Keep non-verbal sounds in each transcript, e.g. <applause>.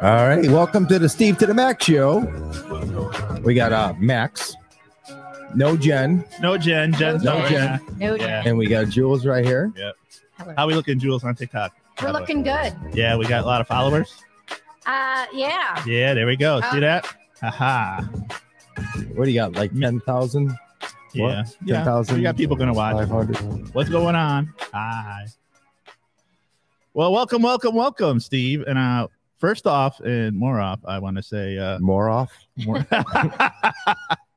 All right, welcome to the Steve to the Max show. We got uh Max, no Jen, No Jen. Jen's No not- Jen. No, Yeah. and we got Jules right here. hello. How we looking, Jules, on TikTok? We're How about- looking good. Yeah, we got a lot of followers. Uh, yeah. Yeah, there we go. See Oh. that? Haha. What do you got? Like ten thousand? Yeah. Ten yeah. thousand? We got people gonna watch. Five hundred. What's going on? Hi. Well, welcome, welcome, welcome, Steve. And uh, first off, and more off, I want to say uh, More off? more- <laughs>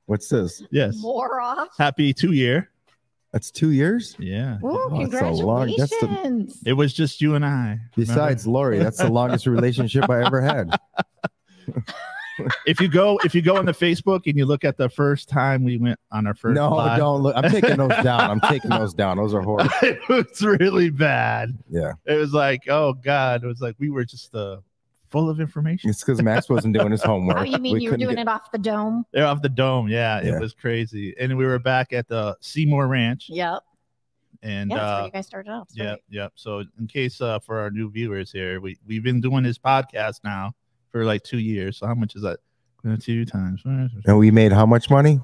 What's this? yes, More off. happy two year. That's two years. Yeah. Ooh, Oh, that's a long- congratulations. that's the- It was just you and I. Besides Lori, that's the longest relationship I ever had. <laughs> Remember? if you go, if you go on the Facebook and you look at the first time we went on our first, no, live, don't look. I'm taking <laughs> those down. I'm taking those down. Those are horrible. it was really bad. Yeah. It was like, oh God, it was like we were just uh, full of information. It's because Max wasn't doing his homework. Oh, you mean We you were couldn't doing get- it off the dome? They're off the dome. Yeah, Yeah. it was crazy. And we were back at the Seymour Ranch, Yep. and yeah, that's uh, where you guys started off. That's Yep, right. yep. So in case uh, for our new viewers here, we we've been doing this podcast now for like two years. So how much is that? Uh, Two times. And we made how much money?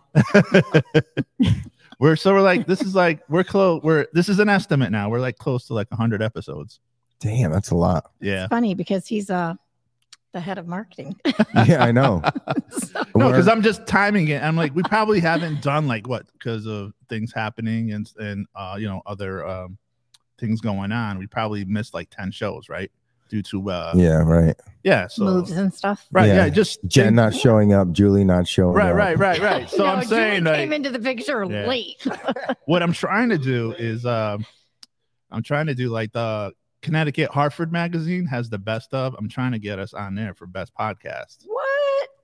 We're so we're like this is like we're close. We're this is an estimate now. We're like close to like hundred episodes. Damn, that's a <laughs> lot. Yeah. Funny because he's uh the head of marketing. <laughs> Yeah, I know. So- No, We're- because I'm just timing it. I'm like, we <laughs> probably haven't done like what because of things happening and and uh, you know other um, things going on. We probably missed like ten shows, right? Due to uh, yeah, yeah, right. so moves and stuff. right, yeah, Yeah. just Jen not showing up, Julie not showing right, up. right, right, <laughs> right. So No, I'm Julie saying like, came into the picture Yeah. late. what I'm trying to do is um I'm trying to do like the Connecticut Hartford magazine has the best of. I'm trying to get us on there for best podcast. what?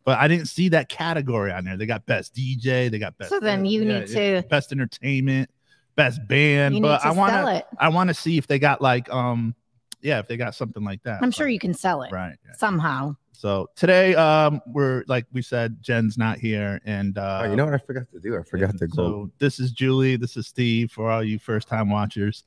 But I didn't see that category on there. They got best DJ, they got best So then you need to- best entertainment, best band. you need but to I sell wanna it. I wanna see if they got like um yeah, if they got something like that. I'm sure you can sell it right. yeah. somehow. So today um we're like we said, Jen's not here and uh Oh, you know what I forgot to do? I forgot to go. so this is Julie. This is Steve for all you first time watchers.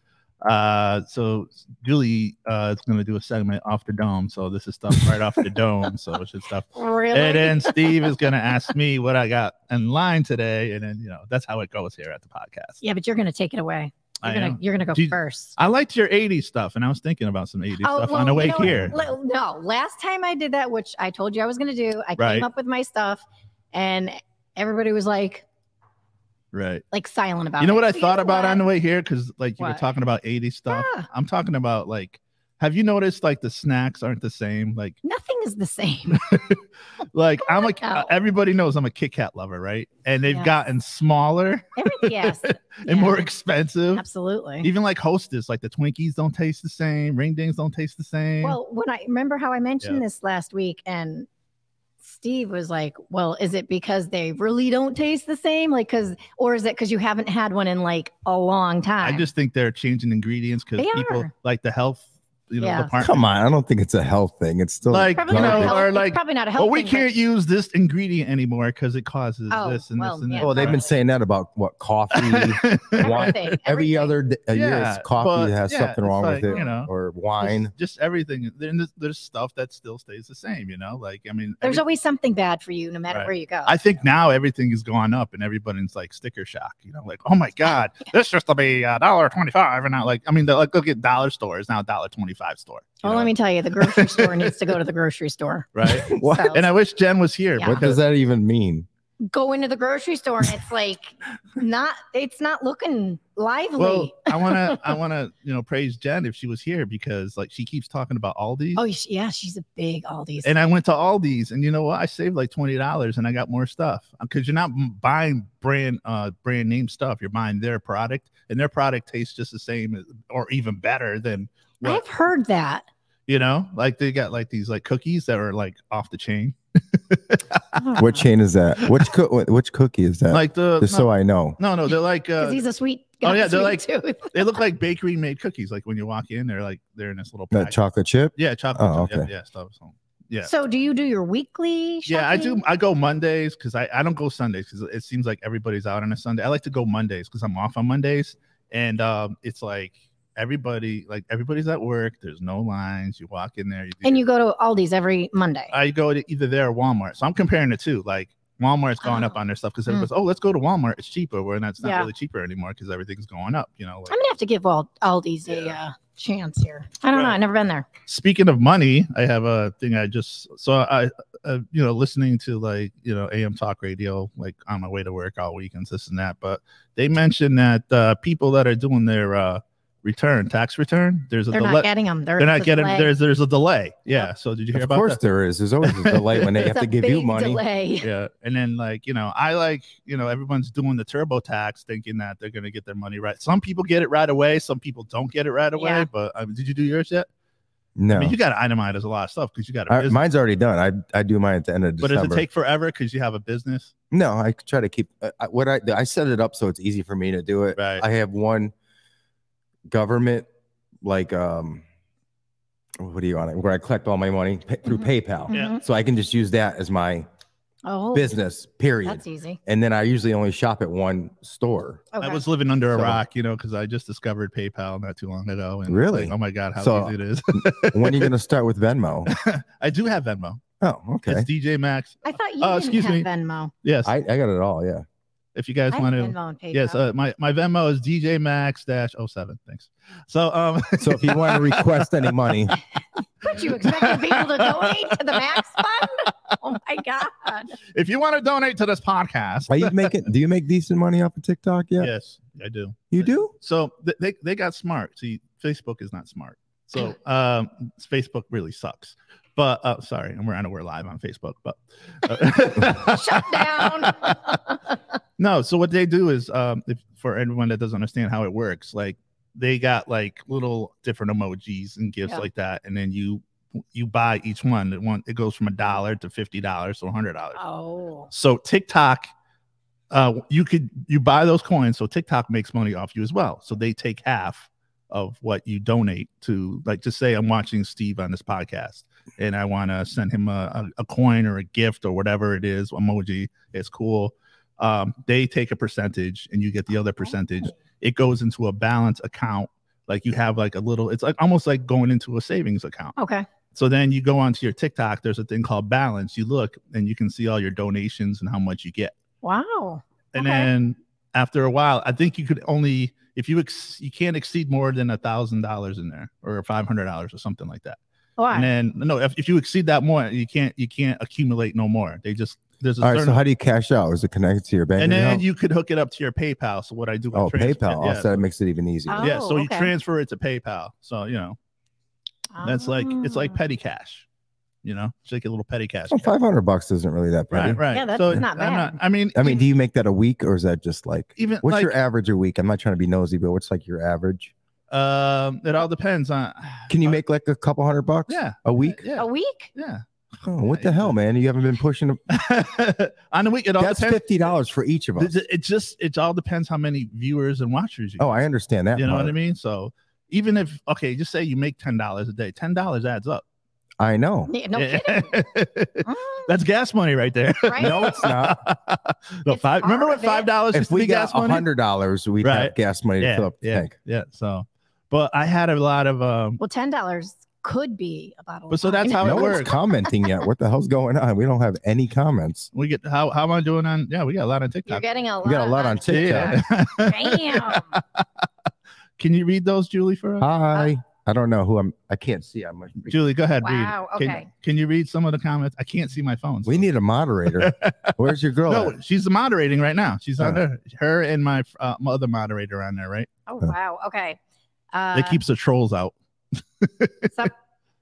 Uh, so Julie uh, is going to do a segment off the dome. So this is stuff right off the dome. So it's just stuff. Really? And then Steve is going to ask me what I got in line today. And then, you know, that's how it goes here at the podcast. Yeah, but you're gonna take it away. You're I, gonna am. you're gonna go Do you- first. I liked your 80s stuff. And I was thinking about some 80s stuff on the Oh, well, way you know what? here. Le- No, last time I did that, which I told you I was going to do, I Right. came up with my stuff, and everybody was like, Right. like silent about. You know it. what I So thought know about on the what? way here? Because, like, you were What? talking about 80s stuff. Ah, I'm talking about, like, have you noticed, like, the snacks aren't the same? Like, nothing is the same. <laughs> like I'm a Wow. everybody knows I'm a Kit Kat lover, right? And they've Yes. gotten smaller <laughs> Everything- yes, yeah, and more expensive. Absolutely. Even like Hostess, like the Twinkies don't taste the same, Ring Dings don't taste the same. well, when I remember how I mentioned this last week, and Steve was like, "Well, is it because they really don't taste the same, like, because, or is it because you haven't had one in like a long I time?" just think they're changing ingredients because They people are. like the health, you know, Yeah. department. Come on, I don't think it's a health thing. It's still Like, probably you not know, a health, or it's like, probably not a health. Well, we thing, but- can't use this ingredient anymore because it causes Oh, this and well, this and yeah. that. well, <laughs> they've been saying that about what coffee. wine. Everything, Every everything. other d- a year, Yeah, it's coffee but- has yeah, something it's wrong like, with it, you know, or Just- wine. Just everything. Then there's, there's stuff that still stays the same, you know. Like I mean, There's every- always something bad for you, no matter Right. where you go. I think now everything has gone up and everybody's like sticker shock, you know, like, oh my God, this used to be a dollar twenty five and not like I mean the, like look at dollar store is now a dollar twenty five store. you well, know, let me tell you, <laughs> the grocery store needs to go to the grocery store. <laughs> right. <laughs> What? So- and I wish Jen was here. Yeah. what does that even mean? Go into the grocery store, and it's like not. It's not looking lively. Well, I wanna <laughs> I wanna, you know, praise Jen if she was here because like she keeps talking about Aldi's. oh sh- yeah, she's a big Aldi's. and I went to Aldi's, and you know what? I saved like twenty dollars, and I got more stuff because you're not m- buying brand uh brand name stuff. You're buying their product, and their product tastes just the same as- or even better than what I've <laughs> heard that. You know, like they got like these like cookies that are like off the chain, What chain is that? Which coo- which cookie is that? like the Just no, so I know. no, no, they're <laughs> like Because uh, he's a sweet. oh, got <laughs> yeah, a they're sweet tooth. they look like bakery made cookies. Like when you walk in, they're like they're in this little That pack- chocolate chip. yeah chocolate. Oh, chip. okay. Yeah, yeah, stuff. So. Yeah. So, do you do your weekly? Shopping? Yeah, I do. I go Mondays because I, I don't go Sundays because it seems like everybody's out on a Sunday. I like to go Mondays because I'm off on Mondays, and um, it's like everybody like everybody's at work. There's no lines. You walk in there, you do And you go to Aldi's every Monday. I go to either there or Walmart. So I'm comparing the two. Like Walmart's gone up Oh. on their stuff because Mm. everybody's, oh, let's go to Walmart. It's cheaper. Where that's not Yeah. really cheaper anymore because everything's going up. You know. I'm Like, gonna have to give Wal- Aldi's a uh, chance here. I don't know. Right. I've never been there. speaking of money, I have a thing I just saw. I, uh, you know, listening to like you know AM talk radio like on my way to work all weekends, this and that. But they mentioned that uh, people that are doing their uh, return tax return, there's a They're not delay. getting them. They're, They're it's not a getting delay. there's there's a delay. Yeah. So did you hear Of about course that? there is. There's <laughs> always a delay when they It's have a to give you big money. Delay. yeah and then like you know i like you know everyone's doing the turbotax thinking that they're going to get their money right some people get it right away some people don't get it right away Yeah. but I mean, did you do yours yet No. i mean you got to itemize a lot of stuff because you got a I- business mine's already done. I, I do mine at the end of but December. does it take forever because you have a business no, I try to keep uh, I- what I I set it up so it's easy for me to do it. right I have one government like um what do you on it where I collect all my money pa- through Mhm. PayPal. Yeah. Mhm. So I can just use that as my Oh, business period. that's e-, easy. And then I usually only shop at one store. Okay. i was living under a So- rock you know because i just discovered paypal not too long ago and Really? like, oh my god how So- easy it is <laughs> when are you going to start with <laughs> Venmo? i do have venmo Oh, okay. it's dj max I thought you Uh, didn't excuse have me. Venmo. yes I, I got it all. Yeah. if you guys I have want to Venmo and PayPal. Yes, uh, my, my Venmo is DJ Max dash 07. Thanks. So um <laughs> So if you want to request any <laughs> money, What you expecting people <laughs> to donate to the Max Fund? Oh my God! if you want to donate to this podcast, are <laughs> you making? Do you make decent money off of TikTok yet? yes, I do. You do? So th- they they got smart. See, Facebook is not smart. So um Facebook really sucks. But uh, sorry, and we're I know we're live on Facebook, but uh, <laughs> Shut down. <laughs> No, so what they do is um if, for everyone that doesn't understand how it works, like they got like little different emojis and gifts Yeah. like that, and then you you buy each one. It one it goes from a dollar to fifty dollars to a hundred dollars. oh, So TikTok, uh, you could you buy those coins, so TikTok makes money off you as well. So they take half of what you donate to. Like, just say I'm watching Steve on this podcast, and I want to send him a, a, a coin or a gift or whatever it is, emoji. It's cool. Um, they take a percentage, and you get the other percentage. It goes into a balance account. Like you have like a little. It's like almost like going into a savings account. Okay. So then you go onto your TikTok. There's a thing called balance. You look and you can see all your donations and how much you get. Wow. And Okay. then after a while, I think you could only if you ex- you can't exceed more than a thousand dollars in there or five hundred dollars or something like that. And Why? then no, if, if you exceed that more, you can't you can't accumulate no more. They just there's a All right. certain So how do you cash out? Is it connected to your bank? and then account? you could hook it up to your PayPal. So what I do? I oh, trans- PayPal. Yeah, Also, that makes it even easier. Oh. yeah. So you okay. transfer it to PayPal. So you know that's like it's like Oh. petty cash. You know, it's like a little petty cash. Well, five hundred bucks isn't really that bad. Right, right. Yeah, that's not I'm bad. I mean, I mean, do you make that a week, or is that just like? even What's like, your average a week? I'm not trying to be nosy, but what's like your average? um, it all depends on. uh, Can you make like a couple hundred bucks Yeah, a week? yeah, a week. yeah. Oh, what Yeah, the you hell, man? You haven't been pushing. A- <laughs> on the week, it all That's depends. fifty dollars for each of us. It, it just it all depends how many viewers and watchers you. Oh, I understand that. you know part. what I mean. So even if okay, just say you make ten dollars a day. Ten dollars adds up. I know. Yeah, No Yeah. <laughs> kidding. Mm. That's gas money right there. Right? No, it's not. <laughs> no, It's five. Remember part what of it. five dollars used If to be we got gas money? hundred dollars, we'd Right. have gas money to yeah, fill up the yeah, tank. yeah. So, but I had a lot of um. Well, ten dollars could be a bottle. But of so that's wine. how no it one's works. commenting yet. What the hell's going on? We don't have any <laughs> comments. We get how how am I doing on? Yeah, we got a lot on You're TikTok. getting a lot. We got a lot <laughs> on TikTok. Damn. Can you read those, Julie, for us? Hi. I don't know who I'm. I can't see. I'm. Julie, go ahead. Wow. Read. Can, Okay. can you read some of the comments? I can't see my phone. We so- need a moderator. Where's your girl? No, at? she's moderating right now. She's on Huh. there. Her and my, uh, my other moderator on there, right? Oh wow. Okay. Uh, that keeps the trolls out. sup,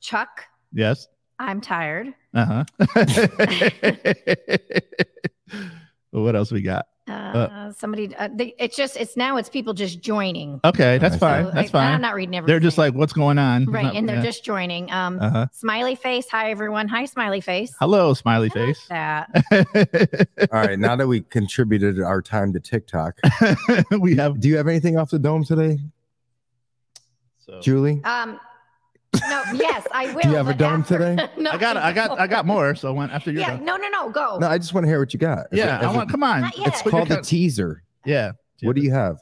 Chuck. Yes. I'm tired. <laughs> Uh huh. <laughs> what else we got? Uh, somebody. Uh, they, it's just. It's now. It's people just joining. Okay, that's So, fine. So, that's like, I'm fine. not reading everything. They're just like, what's going on? right, and they're just joining. Um, Uh huh. smiley face. Hi everyone. Hi smiley face. Hello, smiley I like face. <laughs> That. All right. Now that we contributed our time to TikTok, we have do you have anything off the dome today, so. Julie? Um. No. Yes, I will. have a but dome after- <laughs> today? no, I got. I got. I got more. So when after you're Yeah. done. No. No. No. Go. No, I just want to hear what you got. Is Yeah, it- I is want. Come on. Not yet. it- it's called the teaser. Yeah. What do you have?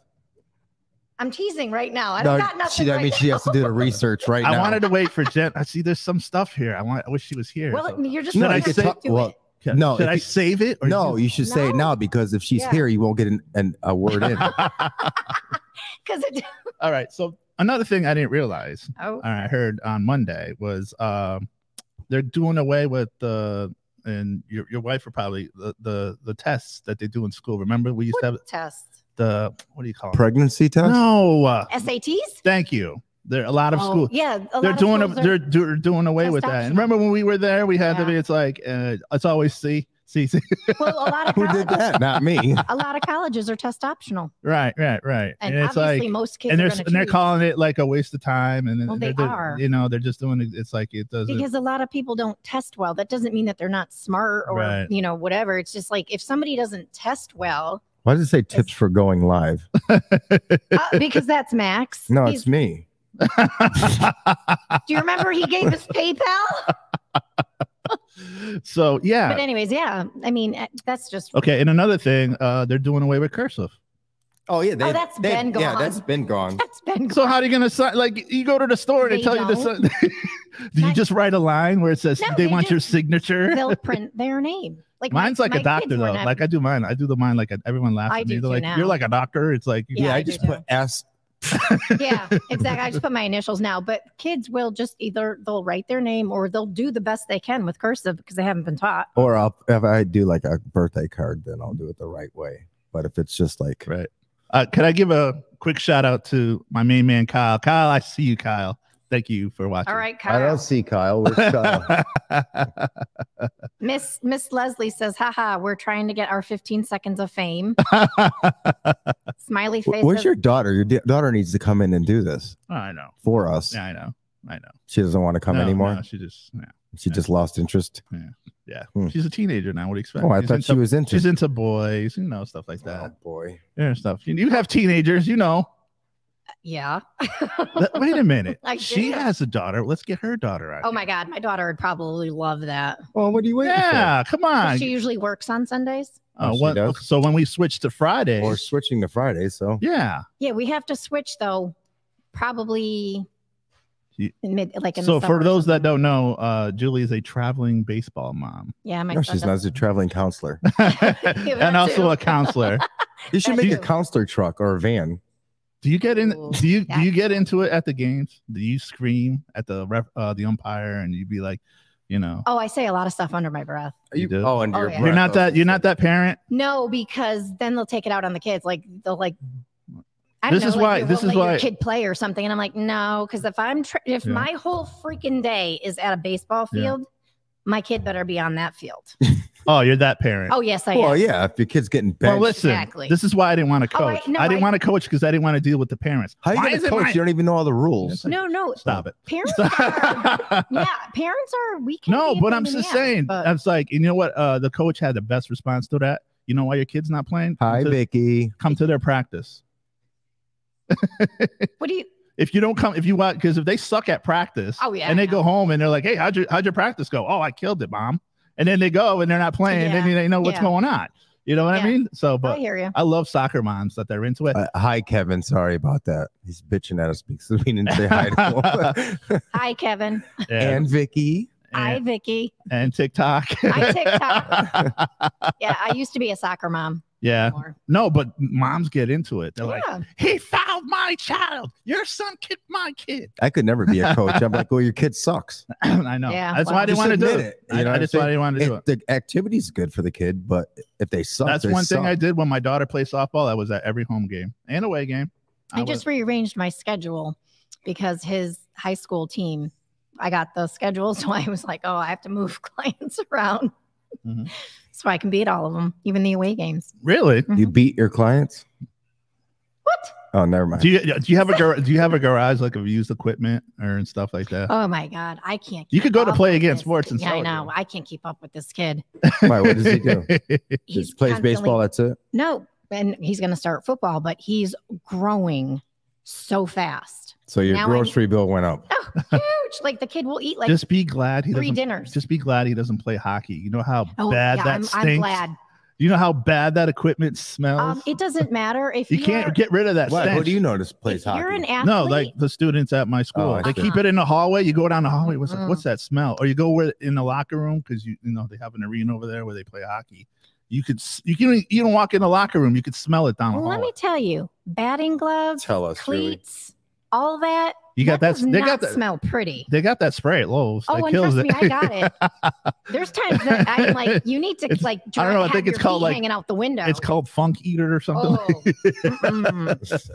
I'm teasing right now. I No, have got nothing. she, I right mean, she has to do the research right I now. wanted to wait for Jen. I see there's some stuff here. I want. I wish she was here. Well, So- you're just No, not I you say- could talk, do well, it. Okay. no, Should if I you- say save it? Or no, you- you should say it No. now because if she's Yeah. here, you won't get an, an, a word <laughs> in. <laughs> because it. All right. So another thing I didn't realize Oh, and I heard on Monday was um, they're doing away with the and your, your wife will probably the, the the tests that they do in school. Remember we used to have what test? the what do you call it? Pregnancy test? no, uh, SATs? thank you. There a lot of Oh, school. Yeah, a They're lot of doing a, schools are- they're, do- they're doing away with that. And Testosterone. remember when we were there, we had to Yeah. be. It's like uh, it's always C C C. well, <laughs> a lot of Who did colleges, that? Not me. a lot of colleges are test optional, Right, right, right. and, And, it's obviously like most kids and they're are s- gonna and they're choose. calling it like a waste of time. And Well, they're, they they're- are. You know, they're just doing it. It's like it doesn't. because a lot of people don't test well. That doesn't mean that they're not smart or Right. you know whatever. It's just like if somebody doesn't <laughs> test well, Why does it say tips for going live? uh, because that's Max. No, He's- it's me. do <laughs> you remember he gave us PayPal? so yeah, But anyways, yeah. I mean, eh, that's just Okay, and another thing, uh, they're doing away with cursive. Oh, yeah. they- that's they- been yeah, Yeah, gone. that's that's been gone. that's been. So how are you gonna sign? Like you go to the store and they, They tell you to sign. don't. <laughs> Do you Not- just write a line where it says No, they, they want your <laughs> just- signature? <laughs> They'll print their name. Like my- Mine's like my a kids doctor were though. not- Like I do mine. I do the mine like everyone laughs I at me. do They're too like, now. you're like a doctor. It's like you- Yeah, Yeah, I I do just too. put S. <laughs> yeah, exactly. I just put my initials now, but kids will just either they'll write their name or they'll do the best they can with cursive because they haven't been taught. Or I'll, if I do like a birthday card, then I'll do it the right way. But if it's just like, right. Uh, can I give a quick shout out to my main man Kyle? Kyle, I see you, Kyle. Thank you for watching. All right, I don't Kyle. see Kyle. <laughs> Where's Kyle? <laughs> Miss Miss Leslie says, haha, we're trying to get our 15 seconds of fame. <laughs> Smiley face. Where's says, your daughter? Your da- daughter needs to come in and do this <laughs> I know. for us. Yeah, I know. I know. She doesn't want to come No, anymore. no, she just yeah. She just lost interest. yeah. Hmm. She's a teenager now. What do you expect? Oh, I She's thought into- she was interested. She's into boys, you know, stuff like Oh that. boy. Yeah, stuff. You, you have teenagers, you know. Yeah. Let- Wait a minute. I she did. has a daughter. Let's get her daughter out. <laughs> oh my God. My daughter would probably love that. Well, what do you waiting Yeah, come Ah, on. She usually works on Sundays. Uh, Oh, She what- does? so when we switch to for? Fridays, We're switching to Friday, so yeah. Yeah, we have to switch though, probably Ye- in mid like in So the summer for or those that something. don't know, uh, Julie is a traveling baseball mom <laughs> <laughs> Yeah, my no, son she's not. does. She's a traveling <laughs> counselor. and also too. a counselor. You should That make a too. counselor truck or a van. Do you get in? Ooh, Do you do you that's get fun. into it at the games? Do you scream at the ref, uh, the umpire, and you'd be like, you know, Oh, I say a lot of stuff under my breath. You do? Oh, and Oh, your yeah. you're breath not that also you're not that parent. No, because then they'll take it out on the kids. Like they'll like. I This don't is know, like, why- they this won't is let your why- kid play or something, and I'm like, no, because if I'm tr- if Yeah. my whole freaking day is at a baseball Yeah. field, my kid better be on <laughs> that field. Oh, you're that parent. Oh yes, I Well, am. yeah. If your kid's getting Well, benched, listen. Exactly. This is why I didn't want to Oh, I- coach. I, no, didn't I- want to coach because I didn't want to deal with the parents. how you Why going is to it coach? my- You don't even know all the rules. like- No, no, <laughs> Stop it. <laughs> parents. <laughs> are, Stop. yeah, parents are. We can. no, be a but pain I'm in just the ass, saying. but- I was like, you know what? Uh, the coach had the best response to that. You know why your kid's not playing? Hi, come to, Vicky. come to their practice. what do you? If you don't come, if you want, because if they suck at practice, Oh, yeah, and I they go home and they're like, hey, how'd your how'd your practice go? Oh, I killed it, mom. And then they go and they're not playing, and Yeah, they know what's yeah. going on. You know what I Yeah. mean? So, I but hear you. I love soccer moms that they're into it. Uh, hi, Kevin. Sorry about that. He's bitching at us because we didn't say hi <laughs> to him. Hi, Kevin. and, and <laughs> Vicky. Hi, and, Vicky. and TikTok. <laughs> Hi, TikTok. Yeah, I used to be a soccer mom. <laughs> yeah. More. No, but moms get into it. They're like, yeah. he fouled my child. Your son kicked my kid. <clears throat> I could never be a coach. I'm like, well, your kid sucks. I know. Yeah, That's wow. why I didn't Just want to do admit it. it, you know I, I what just I'm why I didn't want to do If <laughs> it. the activity's good for the kid, but if they suck, That's they one suck. thing I did when my daughter played softball. I was at every home game and away game. I just rearranged my schedule because his high school team, I got the schedule. <laughs> So I was like, oh, I have to move <laughs> clients around Mhm. <laughs> so I can be at all of them, even the away games. was- really. You beat your clients? What? Oh, never mind. Do you do you have a gar- do you have a garage like of used equipment or and stuff like that? Oh my God. I can't. you could go to up play with against this. sports and Oh, Yeah, I sell know. I can't keep up with this kid. <laughs> Why, what does he <laughs> do? it. He's Just plays constantly- baseball. That's it. No. And he's going to start football, but he's growing so fast. So your Now I'm- grocery bill went up. <laughs> Oh, huge. like the kid will eat like just be glad he three doesn't. dinners. Just be glad he doesn't play hockey. You know how oh, bad yeah. that I'm, stinks. I'm glad. You know how bad that equipment smells. Um, it doesn't matter if you you're- can't get rid of that What? stench. Who do you notice plays if you're hockey? an athlete. no, like the students at my Oh, school, I they see. keep it in the hallway. You go down the hallway. What's Mm-mm. what's that smell? Or you go where in the locker room because you you know they have an arena over there where they play hockey. You could s- you can you don't walk in the locker room. You could smell it down the Well, let hallway. me tell you, batting gloves, Tell us, really. cleats, all that. you got that? does They not got that. smell <laughs> pretty. They got that spray at Lowe's. Oh, that and kills trust it. me, I got <laughs> it. There's times that I'm like, you need to It's- like. I don't dry- know, I have think it's your called, feet like- hanging out the window. it's called Funk Eater or something. Oh, <laughs> mm-mm.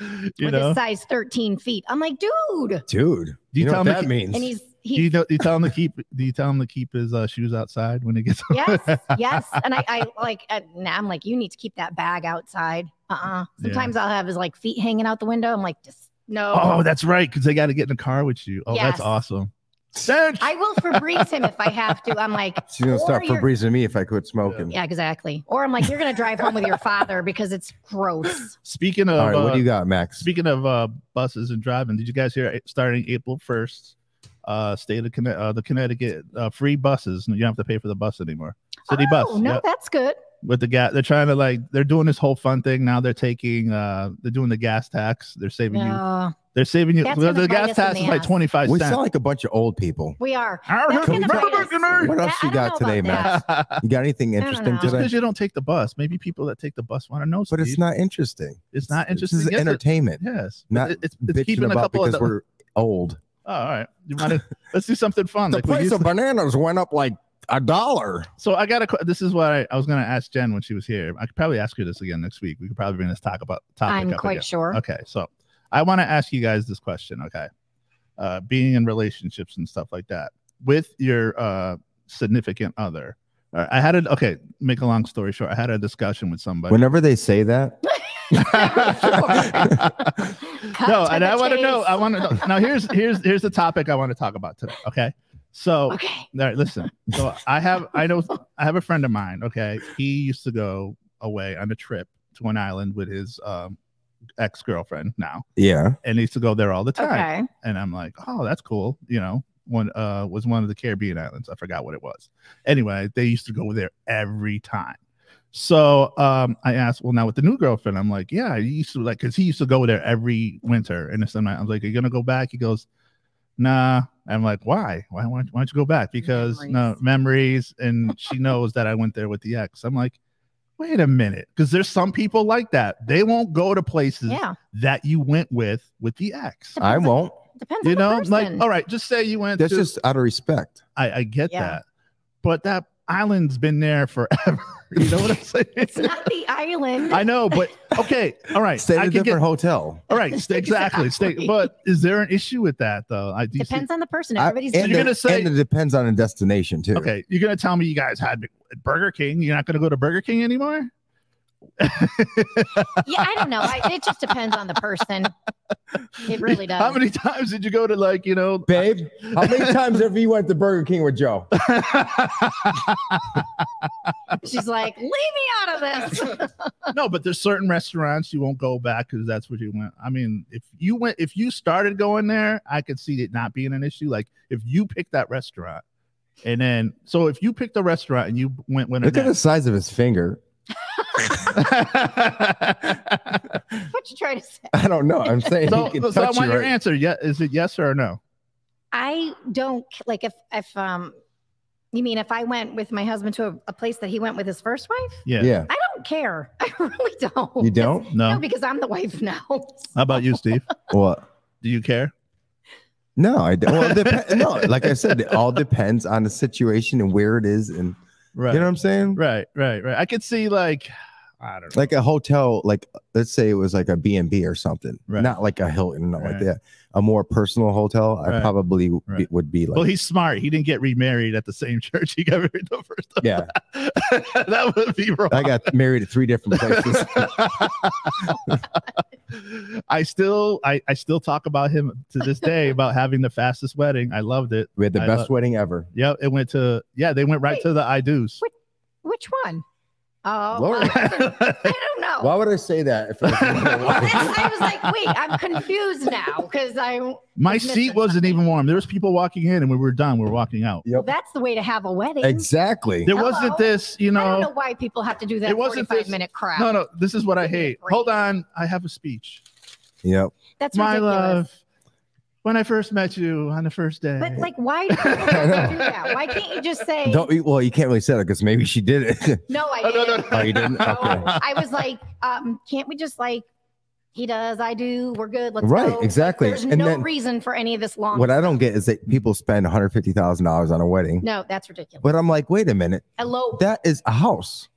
you Oh, with know, a size 13 feet. I'm like, dude, Dude, Do you, you know tell what me- that means? and he's do <laughs> he you, know, do you tell <laughs> him to keep? Do you tell him to keep his uh, shoes outside when he gets? <laughs> yes, yes. And I, I like, I, nah, I'm like, you need to keep that bag outside. Uh uh Yeah. Sometimes I'll have his like feet hanging out the window. I'm like, just no. Oh, that's right, because they got to get in the car with you. Oh, that's Yes. awesome. Search. I will Febreze him if I have to. I'm like, She's gonna stop Or you're- Febreze and me if I quit smoking. yeah, exactly. Or I'm like, you're going to drive home with your father because it's gross. Speaking of, All right, uh, what do you got, Max? speaking of uh, buses and driving, did you guys hear? uh, Starting April first, uh, state of Conne- uh, the Connecticut uh, free buses. You don't have to pay for the bus anymore. City <laughs> oh, bus. No, yep. that's good. with the gas. They're trying to like they're doing this whole fun thing now. They're taking uh they're doing the gas tax. They're saving you. No, They're saving you. That's The, gonna the bite gas us in tax the is like ass. twenty five We sound cents. like a bunch of old people. we are. Our That's gonna Republican bite us. Earth. What else That- you I don't got know today, about that. Max? <laughs> You got anything I don't interesting know. Just today? because you don't take the bus, maybe people that take the bus want to know. But it's Steve. not interesting. It's not interesting. This is Yes, it- entertainment. Yes, but Not it- it's, it's bitching keeping a about couple of because the. we're old. Oh, all right, you want <laughs> to let's do something fun. The like we price used of to- bananas went up like a dollar. so I got a. This is what I, I was going to ask Jen when she was here. I could probably ask her this again next week. We could probably bring this talk about topic. I'm up quite again. sure. Okay, so I want to ask you guys this question. Okay, uh, being in relationships and stuff like that with your uh, significant other. All right, I had a okay. Make a long story short, I had a discussion with somebody. Whenever they say <laughs> that, <laughs> Cut no, to and the I want to know. um, chase. I want to know. Now here's here's here's the topic I want to talk about today. Okay, so all Okay. right, listen. So I have I know I have a friend of mine. Okay, he used to go away on a trip to an island with his um, ex girlfriend now, yeah, and he used to go there all the time. Okay. and I'm like, oh, that's cool. You know, one uh was one of the Caribbean islands. I forgot what it was. Anyway, they used to go there every time. So um I asked, well, now with the new girlfriend, I'm like, yeah, you used to like because he used to go there every winter and this and that. I'm like, are you gonna go back? He goes, nah. I'm like, why? Why why don't, why don't you go back? Because no Memories. memories, and she knows that I went there with the ex. I'm like, wait a minute, because there's some people like that. They won't go to places Yeah. that you went with with the ex I won't. Depends you on the know person. like all right just say you went That's to, just out of respect. I, I get Yeah. that but that island's been there forever <laughs> you know what i'm <laughs> saying It's not the island. i know but okay all right Stay at I a can different get, hotel. all right stay, exactly, Stay, Exactly. but is there an issue with that though i do you see- Depends on the person. I- Everybody's and, you're it, gonna say- and it depends on the destination too. okay you're gonna tell me you guys had burger king you're not gonna go to burger king anymore yeah, I don't know. I, it just depends on the person. <laughs> It really does. how many times did you go to like you know babe, how <laughs> many times have you went to Burger King with Joe? She's like, leave me out of this. <laughs> no, but there's certain restaurants you won't go back because that's where you went. I mean, if you went, if you started going there, I could see it not being an issue. Like if you picked that restaurant, and then so if you picked a restaurant and you went with Look at the a size of his <laughs> finger. what you trying to say? I don't know. I'm saying so, he can so I touch want you, your right? answer. Yeah, is it yes or no? I don't like if if um. You mean if I went with my husband to a, a place that he went with his first wife? Yeah. Yeah. I don't care. <laughs> I really don't. You don't? No. No, because I'm the wife now. How about you, Steve? What? Do you care? No, I don't. Well, it dep- no, like I said, it all depends on the situation and where it is, and Right. you know what I'm saying. right. Right. Right. I could see like I don't know. Like a hotel, like let's say it was like a B and B or something, Right. not like a Hilton, not like Right. that. A more personal hotel, I Right. probably w- Right. would be like. well, he's smart. He didn't get remarried at the same <laughs> church he got married the first <laughs> time. yeah, <laughs> that would be wrong. I got married at three different <laughs> places. I still I, I still talk about him to this <laughs> day about having the fastest wedding. I loved it. We had the I best love- wedding ever. Yep, it went to yeah, they went right Wait. to the I do's. Which one? Oh, Lori. well, <laughs> I didn't- I don't know. Why would I say that? If Well, that's- I <laughs> I was like, wait, I'm confused now because I. My was missing seat wasn't something. even warm. There was people walking in, and when we were done, we were walking out. yep. That's the way to have a wedding. Exactly. There Hello? wasn't this, you I don't know. know why people have to do that It wasn't 45 this- minute crap. No, no, this is what I hate. Great. Hold on, I have a speech. Yep. That's My ridiculous. love, when I first met you on the first day. But like, <laughs> why do people have to do that? Why can't you just say, Don't you- well, you can't really say that because maybe she did it. <laughs> no, I Oh, no, didn't. no, oh, you <laughs> didn't? No. Okay. Uh, I was like, um, can't we just like, he does, I do, we're good, let's Right, go. Like, exactly. There's And no then- reason for any of this long. What I don't get is that people spend $150,000 on a wedding. no, that's ridiculous. But I'm like, wait a minute. Hello, That is a house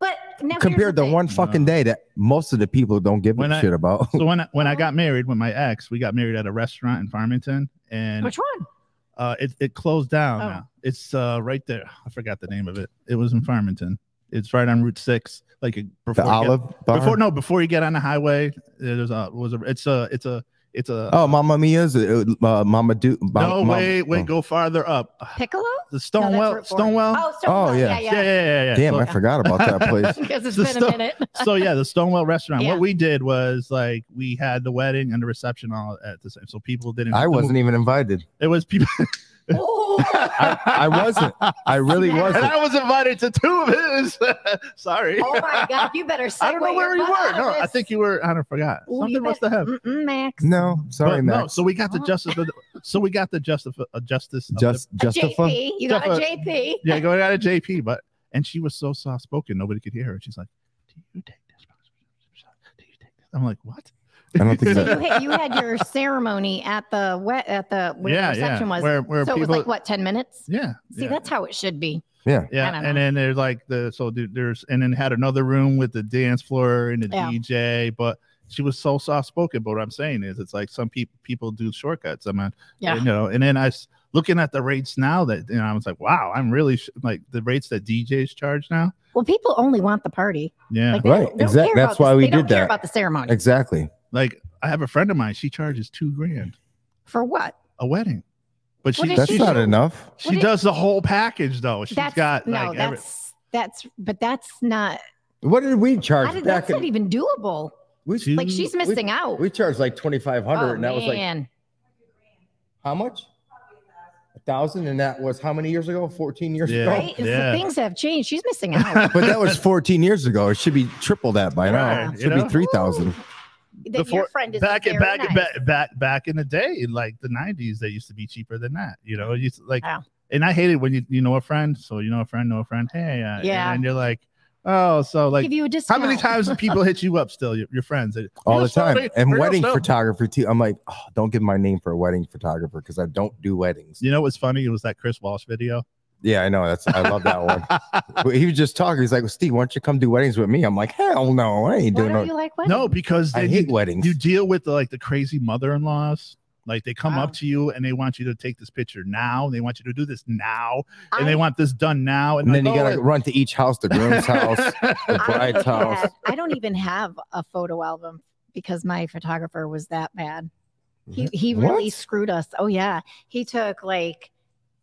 but now here's compared the to thing. one fucking day that most of the people don't give When a I- shit about. <laughs> so when I, when I got married, when my ex, we got married at a restaurant in Farmington, and Which one? uh, it, it closed down. Oh. Now. It's uh, right there. I forgot the name of it. It was in Farmington. It's right on Route Six, like it- The before you get- olive bar. before no before you get on the highway. There's a was a it's a it's a it's a oh, Mama Mia's. Uh, uh, Mama Do. Ma- no Mama- wait wait oh. go farther up Uh, Piccolo? the No, that's Stonewell Route four. Stonewell Oh, Stonewell. yeah. yeah, yeah yeah yeah yeah. Damn, So- I forgot about <laughs> that place. <laughs> Because it's The been Stone- <laughs> a minute. so yeah, the Stonewell restaurant. Yeah. What we did was like we had the wedding and the reception all at the same. So people didn't. I have to move. wasn't even invited. It was people. Ooh. <laughs> I wasn't. I <laughs> really Yeah. <laughs> and wasn't. I was invited to two of his. <laughs> Sorry. Oh my God, you better I don't know segue where your you butt were. out of No, I this. think you were. I don't forgot. Ooh, you Something must bet- have happened. Mm-mm, Max. No, sorry, But man. no, so we got the Oh. justice. Of the, so we got the justice. Uh, justice. of the- just, A just a fun. JP. You got a Juffa. JP. yeah, going out of JP. But and she was so soft spoken, nobody could hear her. She's like, "Do you take this? Do you take this?" I'm like, "What?" I don't <laughs> think So that- you had, you had your ceremony at the wet at the where yeah, the reception yeah. was. Where, where so it people, was like what ten minutes? Yeah. See, yeah. that's how it should be. I Yeah, don't and know. then there's like the so th- there's and then had another room with the dance floor and the Yeah. DJ, but she was so soft spoken. But what I'm saying is, it's like some people people do shortcuts. I mean, Yeah. you know. And then I was looking at the rates now that you know I was like, wow, I'm really sh- like the rates that DJs charge now. Well, people only want the party. Yeah, Like, like, they don't- Right, don't exact- care that's about why this- we they don't did care that. about the ceremony Exactly. I have a friend of mine, she charges two grand for what? a wedding, but What she is That's she not do? enough. she what is- does the whole package though. She's that's got no. like every- that's that's but that's not. What did we I charge did, back? that's not In, even doable. we, two- Like she's missing out. we charged like twenty five hundred, oh and that was like man, how much? A thousand, and that was how many years ago? Fourteen years Yeah. ago. right? It's- yeah. Things have changed. She's <laughs> missing out. But that was fourteen years ago. It should be triple that by now. Right, It you should know? be three thousand. that Before- your friend is back very in back nice. in back, back back in the day, like the nineties, they used to be cheaper than that. You know, it used to, like, Wow. and I hated when you you know a friend, so you know a friend, know a friend. Hey, uh, Yeah. and you're like, oh, so like, Give you a how discount. many times do people hit you up still? Your, your friends They- all "Real the time. story, and real wedding story." photographer too. I'm like, oh, don't give my name for a wedding photographer because I don't do weddings. You know what's funny? It was that Chris Walsh video. Yeah, I know. That's I love that <laughs> one. But he was just talking. He's like, well, Steve, why don't you come do weddings with me? I'm like, hell no, I ain't Why doing don't no. you like what? no, because I then hate you, weddings. you deal with the, like the crazy mother-in-laws. Like they come Wow. up to you and they want you to take this picture now. And they want you to do this now, I, and they want this done now. And, and then you like, gotta "Oh, run to each house, the groom's house, <laughs> <laughs> the I don't bride's even house. have- I don't even have a photo album because my photographer was that bad. He he really What? screwed us. Oh yeah, he took like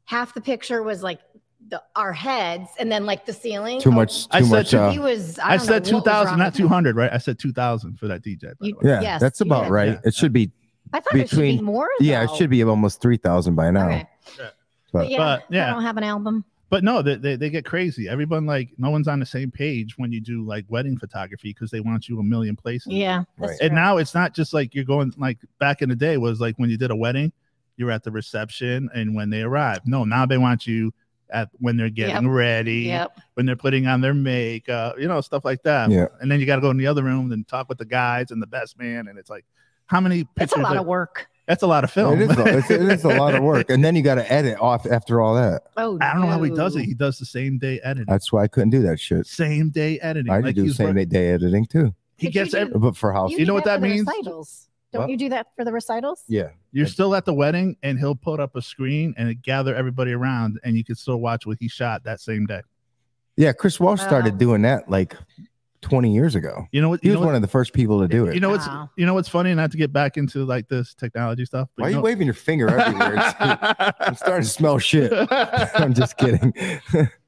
half the picture was like the our heads and then like the ceiling. Too Oh, much, I too said much. to Uh, He was. I, I, don't know said what was wrong two thousand, not with two him. hundred, right? I said two thousand for that DJ. By You- the way. yeah, Yes, that's you about did. right. Yeah. It should be. I thought it should be Between- more. Yeah, it though. should be almost three thousand by now. Okay. Yeah. But But- yeah, But, I yeah. don't have an album. But no, they, they they get crazy. Everyone like no one's on the same page when you do like wedding photography because they want you a million places. Yeah, that's Right. true. And now it's not just like you're going like back in the day was like when you did a wedding, you're at the reception and when they arrive. No, now they want you at when they're getting ready, Yep. when they're putting on their makeup, you know, stuff like that. Yeah. And then you got to go in the other room and talk with the guys and the best man. And it's like, how many pictures? That's a lot are- of work. that's a lot of film. It is, <laughs> a- it's, it is a lot of work, and then you got to edit off after all that. Oh, I don't know how he does no. it. He does the same day editing. That's why I couldn't do that shit. same day editing. I had to Like do he's same work- day, day editing too, He Did gets you do- every, but for house. You know do what that for the means? Recitals. Don't What? you do that for the recitals? Yeah, you're still at the wedding and he'll put up a screen and gather everybody around and you can still watch what he shot that same day. yeah. Chris Walsh Uh, Wow. started doing that like twenty years ago. You know what He you was know, one what, of the first people to do you it. know what's Wow. you know what's funny not to get back into like this technology stuff. Why are you you know- waving your finger everywhere? <laughs> <laughs> I'm starting to smell shit. I'm just kidding.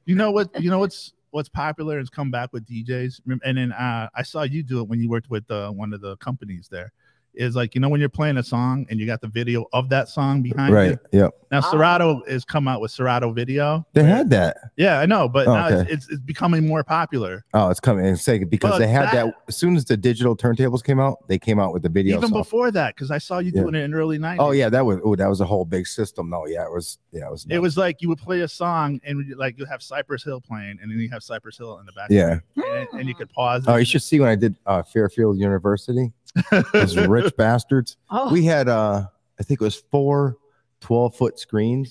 you know what you know what's what's popular is come back with DJs. Rem- And then uh, I saw you do it when you worked with uh, one of the companies there. Is like you know when you're playing a song and you got the video of that song behind Right. it. Yep. Now Ah. Serato has come out with Serato video. They had that. Yeah, I know, but Oh, now okay. it's, it's it's becoming more popular. Oh, it's coming in second because But they had that, that- as soon as the digital turntables came out, they came out with the video. Even song. before that, because I saw you Yeah. doing it in early '90s. Oh yeah, that was oh that was a whole big system. No, yeah, it was yeah, it was It was like you would play a song and you- like you have Cypress Hill playing, and then you have Cypress Hill in the back. yeah. and, and you could pause. Oh, it. you <laughs> should see when I did uh, Fairfield University. Those rich bastards. <gasps> Oh, We had uh I think it was four 12 foot screens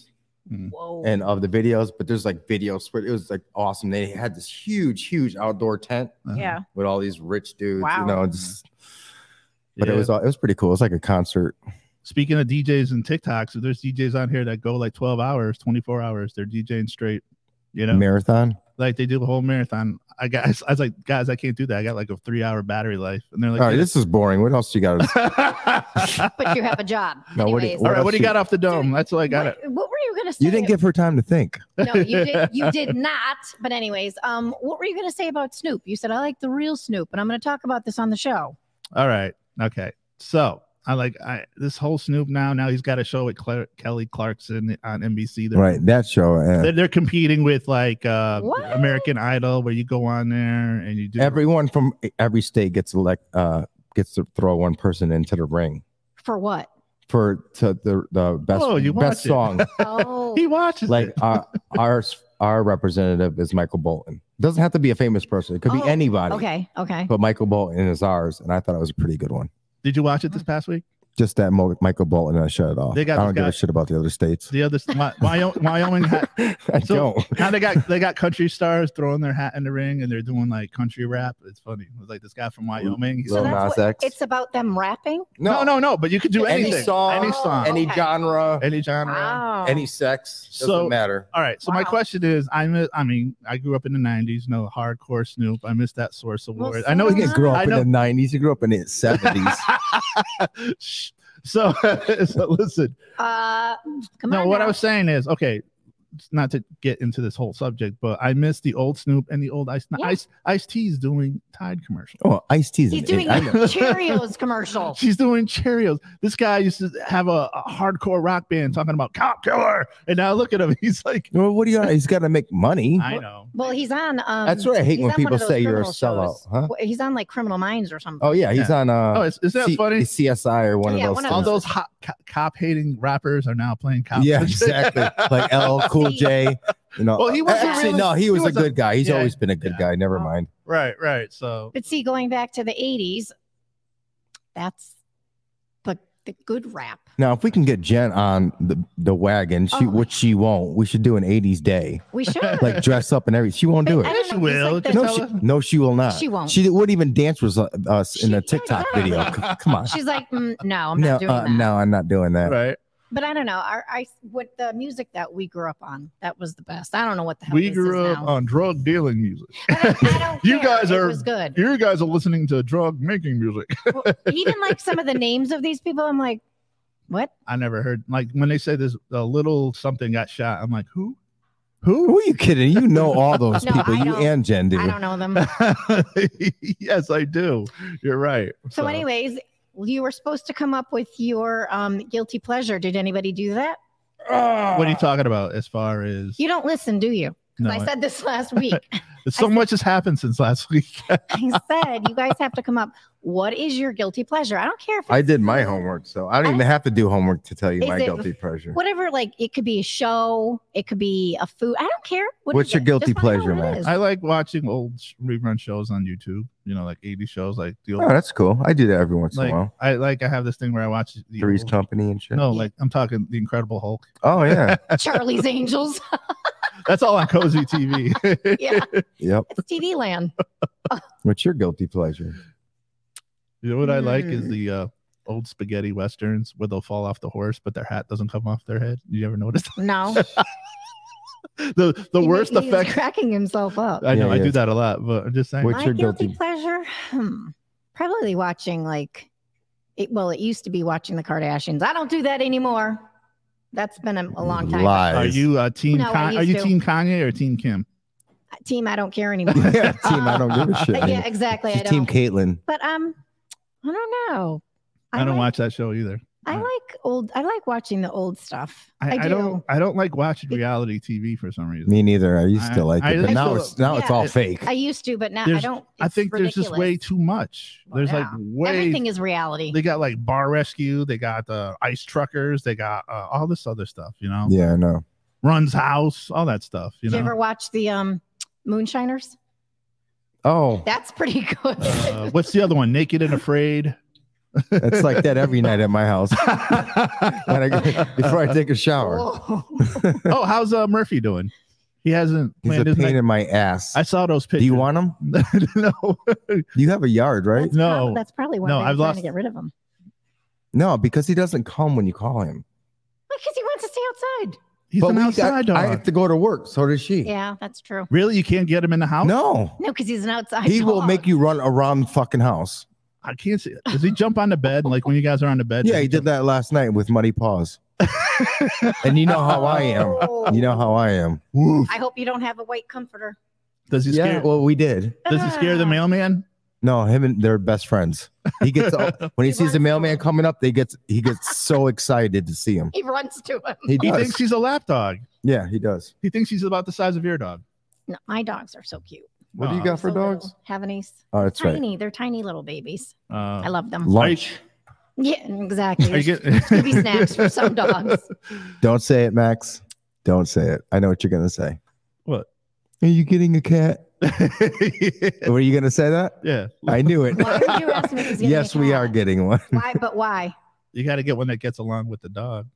whoa. and of the videos, but there's like videos where it was like awesome. They had this huge, huge outdoor tent Uh-huh. yeah. with all these rich dudes, Wow. you know, just, but it Yeah. was all- it was pretty cool. It was like a concert. Speaking of DJs and TikToks, if there's DJs on here that go like 12 hours, 24 hours, they're DJing straight. You know, Marathon. like they do a whole marathon. I guys, <laughs> I was like, guys, I can't do that. I got like a three-hour battery life, and they're like, All right, this is boring. What else you got? to- <laughs> <laughs> But you have a job. No, what do you- Anyways, um, All right, else what do you got off the dome? That's all I got. what, what were you gonna say? you didn't give her time to think. No, you did. You <laughs> did not. But anyways, um, what were you gonna say about Snoop? You said I like the real Snoop, and I'm gonna talk about this on the show. All right. Okay. So I like I this whole Snoop now. Now he's got a show with Cla- Kelly Clarkson on NBC. They're, Right, that show. uh, yeah. They're, they're competing with like uh, What? American Idol, where you go on there and you do Everyone from every state gets elect uh gets to throw one person into the ring For what? for to the the best Oh, you watch best it. <laughs> song. Oh, He watches like it. our our our representative is Michael Bolton. Doesn't have to be a famous person. It could Oh, be anybody. <laughs> okay, okay. But Michael Bolton is ours, and I thought it was a pretty good one. Did you watch it this past week? Just that Mo- Michael Bolton, and I shut it off. They got I this don't give guy- a shit about the other <laughs> states. <laughs> The <laughs> other Wy- Wyoming, Wyoming had, I So- don't. now they got they got country stars throwing their hat in the ring and they're doing like country rap. It's funny. It was like this guy from Wyoming. He's Lil like, that's Nas what- X. It's about them rapping. no, no, no. But you could do Any anything, song, any song, any- any, Okay. genre, genre. Wow. sex. So- matter. All right. So my Wow. question is, I miss, I mean, I grew up in the '90s. No hardcore Snoop. I missed that Source Well, award. I know You so he didn't grow I up in know- the '90s. You grew up in the <laughs> '70s. Shh. so, <laughs> so listen. Uh, come no, on. what now. I was saying is okay. it's Not to get into this whole subject, but I miss the old Snoop and the old Ice. Yeah. Ice Ice T's doing Tide commercial. Oh, Ice T's. He's an doing idiot. I a know. <laughs> Cheerios commercial. She's doing Cheerios. This guy used to have a, a hardcore rock band talking about cop killer, and now look at him. <laughs> He's like, Well, what do you? He's got to make money. I know. Well, he's on. Um, That's what I hate he's when on one people of those say you're a criminal sellout, shows. huh? Well, He's on like Criminal Minds or something. Oh yeah, he's on. Uh, Oh, is, isn't that C- funny? CSI or one Yeah, of those. one of All things. those hot co- cop hating rappers are now playing cop. <laughs> yeah, commercial. exactly. <laughs> like L Cool J. You know. Well, he wasn't actually really- no. He was, was a a- good guy. He's yeah, always been a good yeah. Oh. guy. Never mind. right, right. So But see, going back to the '80s, that's the the good rap. Now, if we can get Jen on the, the wagon, she Oh. which she won't. We should do an '80s day, <laughs> We should. like dress up and everything. She won't do I it. don't Yes, know, you he's like will. the- No, she, no, she will not. She won't. She wouldn't even dance with us in a She- TikTok video. C- Come on. She's like, "Mm, no, I'm not No, doing uh, that. no, I'm not doing that. right. But I don't know. Our, I what the music that we grew up on that was the best. I don't know what the hell We this grew is up now. on drug dealing music. But I, I <laughs> don't You care. guys It are- was good. You guys are listening to drug making music. <laughs> Even like some of the names of these people, I'm like, what? I never heard like when they say this a little something got shot. I'm like, who? <laughs> Who? Who are you kidding? You know <laughs> all those No, people. I You don't- and Jen do. I don't know <laughs> them. yes, I do. You're right. So, anyways, you were supposed to come up with your um, guilty pleasure. Did anybody do that? what are you talking about as far as You don't listen, do you? 'Cause no, I said this last week. so I- much has happened since last <laughs> week. I said you guys have to come up. What is your guilty pleasure? I don't care if it's <sighs> I did my homework, so I don't even have to do homework to tell you Is my it- guilty pleasure. whatever. Like it could be a show, it could be a food. I don't care. What What's is your it? guilty Just wanna know pleasure, what it Max? is. I like watching old sh- rerun shows on YouTube, you know, like 80 shows like the old Oh, that's cool. I do that every once like in a while. I like I have this thing where I watch the Three's old- Company and shit. No, like I'm talking the Incredible Hulk. Oh yeah. <laughs> Charlie's Angels. <laughs> That's all on Cozy TV. yeah, yep. it's TV land. What's your guilty pleasure? <laughs> You know what I like is the uh, old spaghetti westerns where they'll fall off the horse, but their hat doesn't come off their head. You ever notice <laughs> <laughs> No, the the He- worst he's effect? cracking himself up. I know Yeah, I yeah. do that a lot, but I'm just saying. Which- What's My your guilty, guilty- pleasure? Hmm. Probably watching like it. Well, it used to be watching the Kardashians. I don't do that anymore. That's been a, a long time. Lies. Are you uh, team? No, I Kan- are used you to. team Kanye or team Kim? team, I don't <laughs> care anymore. <laughs> <laughs> yeah, team, I don't give a shit. But man. yeah, exactly. I She's team don't. Caitlin. but um, I don't know. I don't like, watch that show either. I like old. I like watching the old stuff. I, I, I, do. don't. I don't like watching It- reality TV for some reason. Me neither. I used I- to like I it, but used now to- it's now it's all yeah. fake. I used to, but now I There's- don't. I it's think there's just way ridiculous. too much. Well, There's like yeah. way Everything is reality. they got like bar rescue, they got the ice truckers, they got uh, all this other stuff, you know, yeah, I know. runs house, all that stuff, you Did you know. ever watch the um Moonshiners? Oh, That's pretty <laughs> good. Uh, what's the other one? Naked <laughs> and Afraid. it's like that <laughs> every night at my house. When I go- <laughs> before I take a shower, Whoa. oh, how's uh, Murphy doing? He hasn't he's a planned his pain next- in my ass. I saw those Do pictures. you want him? <laughs> no, You have a yard, right? That's prob- No. that's probably why No, they're I've trying lost- to get rid of him No, because he doesn't come when you call him. because he wants to stay outside. he's But an we got- outside dog. I have to go to work. So does she. Yeah, that's true. really, you can't get him in the house. No, No, because he's an outside. he will dog. make you run around the fucking house. I can't see. Does he jump on the bed like when you guys are on the bed? Yeah, he did that last night with muddy paws. and you know how I am. Oh. You know how I am. Woof. I hope you don't have a white comforter. Does he Yeah, scare? well, we did. does he scare the <laughs> Ah. mailman? No, him and they're best friends. He gets when he He sees the runs mailman away. coming up, they gets he gets so excited to see him. He runs to him. He He does. thinks he's a lap dog. yeah, he does. He thinks he's about the size of your dog. No, my dogs are so cute. What do you Aw. got for so dogs? Little. Havanese. Oh, that's right. Tiny. They're tiny little babies. Uh, I love them. Lunch. Yeah, exactly. Are you There's- getting be snacks <laughs> for some dogs. Don't say it, Max. Don't say it. I know what you're gonna say. What? <laughs> Are you getting a cat? <laughs> Were you gonna say that? yeah, I knew it. Why would you ask me if he's getting a yes, we cat? are getting one. <laughs> Why? But why? you got to get one that gets along with the dog.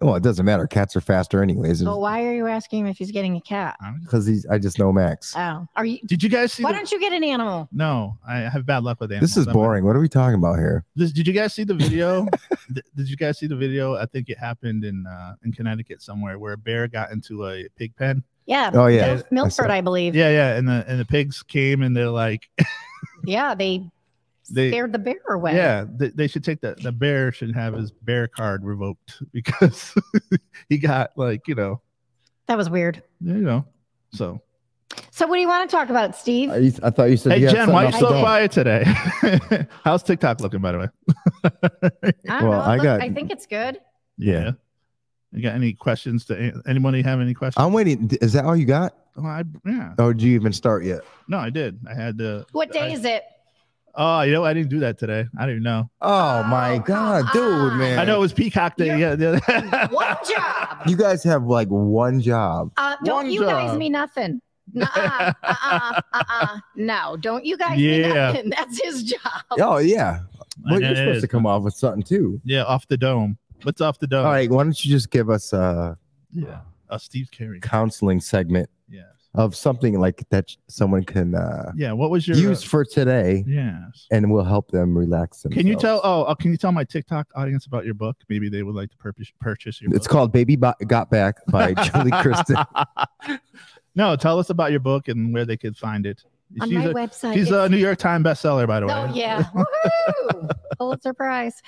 Well, it doesn't matter. Cats are faster, anyways. But why are you asking him if he's getting a cat? I don't know. Because he's. I just know Max. Oh, are you? Did you guys see? Why the- don't you get an animal? no, I have bad luck with animals. This is I'm- boring. What are we talking about here? This, did you guys see <laughs> the video? Th- did you guys see the video? I think it happened in uh, in Connecticut somewhere where a bear got into a pig pen. Yeah. Oh yeah. Mil- Milford, I believe. Yeah, Yeah, yeah, and the and the pigs came and they're like, <laughs> they, They- scared the bear away. yeah, they, they should take that. The bear should have his bear card revoked <laughs> because he got like you know That was weird. you know. So So, what do you want to talk about, Steve? I, I thought you said. hey you had Jen, why are you something so else to quiet today? <laughs> How's TikTok looking by the way? <laughs> I well, don't know. I Look, got- I think it's good. Yeah. You got any questions to an- anybody have any do? questions? I'm waiting. Is that all you got? Oh, I, yeah. Oh, did you even start yet? No, I did. I had to. What I- day is it? Oh, you know, I didn't do that today. I didn't even know. Oh, my Oh, god, come dude, on. man. I know it was Peacock Day. Yeah. yeah. <laughs> One job. You guys have like one job. Uh, don't One you guys job. me nothing. Nuh-uh, uh-uh, uh-uh. No, don't you guys me Yeah. nothing. <laughs> That's his job. Oh yeah. Well, Yeah, you're it supposed is. to come off with something too. yeah, off the dome. What's off the dome? All right, why don't you just give us a Yeah. Uh, Steve Carey. counseling segment Yes. of something like that someone can uh, Yeah. What was your. use for today, yes. and we'll help them relax. Themselves. Can you tell? Oh, uh, can you tell my TikTok audience about your book? Maybe they would like to purchase purchase your. It's book. called "Baby Bo- Got Back" <laughs> by Julie Kristen. no, tell us about your book and where they could find it. On she's my a, website. she's Uh, it's- a New York Times bestseller, by the way. <laughs> Oh <laughs> yeah, Woohoo! Pulitzer Prize.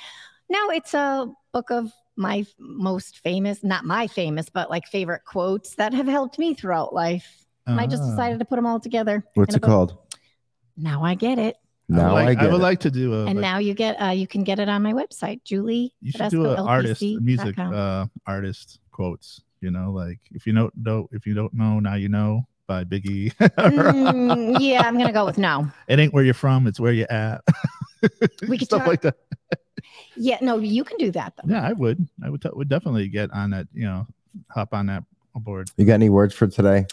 No, it's a book of my f- most famous, not my famous, but like favorite quotes that have helped me throughout life. And I just Ah. decided to put them all together. What's in a it book. called? Now I get it, Now I, would like, I I get would it. like to do a. and like- now you get uh, you can get it on my website, Julie. you should do an Tedesco, artist LPC.com. music <laughs> uh, artist quotes. You know, like if you don't know, if you don't know, now you know by Biggie. <laughs> Mm, yeah, I'm gonna go with no. it ain't where you're from; it's where you're at. <laughs> We could stuff talk- like that. Yeah, no, you can do that though. Yeah, I would. I would. T- would definitely get on that. You know, hop on that board. You got any words for today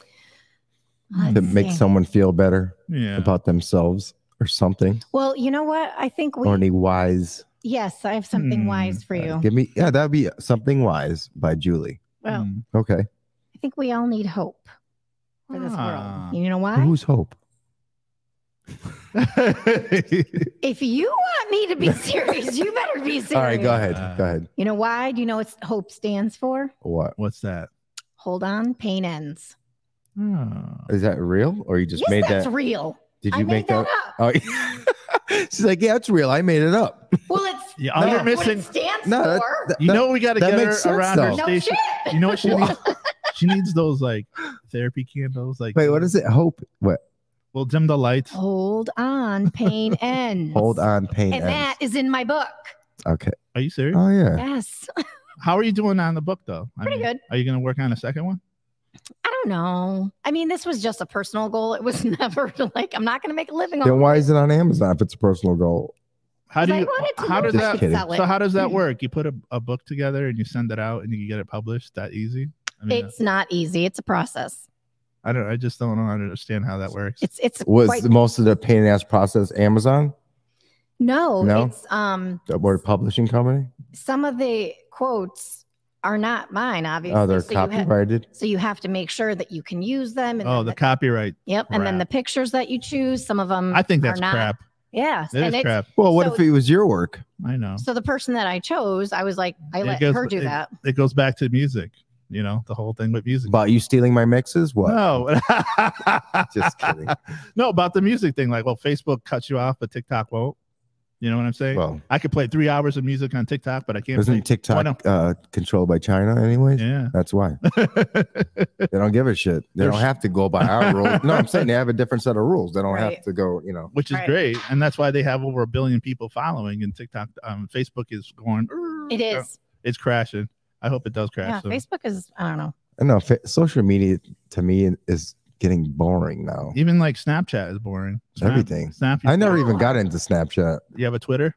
Let's to make see. someone feel better Yeah. about themselves or something, Well, you know what? I think we. or any wise? uh, Yes, I have something Hmm, wise for you. Give me, yeah, that'd be something wise by Julie. Well, Mm. Okay. I think we all need hope for this Ah. world. You know why? Who's <laughs> hope? <laughs> If you want <laughs> me to be serious, you better be serious. All right, go ahead. Uh, go ahead. You know why? Do you know what hope stands for? What What's that? Hold on, pain ends. Oh. is that real? Or you just yes, made that? that's real. Did you I make made that? that, up. Oh, she's like, yeah, <laughs> it's real. I made it <laughs> up. Well, it's Yeah, all No. you're that's what missing. it stands No, oh. that- for. that- You that- know, what we got to that get her makes sense, around her though. no station. <laughs> shit. You know what she needs? She needs those like therapy candles. <laughs> Like Wait, what is it? Hope. What? We'll dim the lights. Oh. Hold <laughs> on, pain ends. Hold on, pain. And that ends. is in my book. Okay. Are you serious? Oh yeah. Yes. How are you doing on the book though? I Pretty mean, good. Are you gonna work on a second one? I don't know. I mean, this was just a personal goal. It was <laughs> never like I'm not going to make a living. Then on why is it on Amazon if it's a personal goal? How do I you? wanted to How know does Just if I that? could kidding. sell it. So how does <laughs> that work? You put a, a book together and you send it out and you get it published. That easy? I mean, It's not easy. It's a process. I don't. I just don't understand how that works. It's it's Was quite most of the pain in the ass process Amazon, no, No? It's um the word publishing company? some of the quotes are not mine, obviously. Oh, they're so, you ha- copyrighted. so you have to make sure that you can use them. And oh, then the copyright. yep. And then the crap. pictures that you choose, some of them. I think that's are not. crap. yes. It and is it's, crap. Well, what So- if it was your work? I know. So the person that I chose, I was like, I It let goes- her do it- that. It goes back to music. You know, the whole thing with music. About you stealing my mixes? What? No. <laughs> Just kidding. No, about the music thing. Like, well, Facebook cuts you off, but TikTok won't. You know what I'm saying? Well, I could play three hours of music on TikTok, but I can't. isn't Why TikTok not? uh, controlled by China anyways? play- yeah. That's why <laughs> they don't give a shit. They There's- don't have to go by <laughs> our rules. No, I'm saying they have a different set of rules. They don't Right. have to go. You know, Which is Right. great, and that's why they have over a billion people following. And TikTok, um, Facebook is going. It Oh, is. It's crashing. I hope it does Yeah. crash. soon. Facebook is, I don't know. I know fa- social media to me is getting boring now. Even like Snapchat is boring. Snap- Everything. Snap. I never No. even got into Snapchat. You have a Twitter?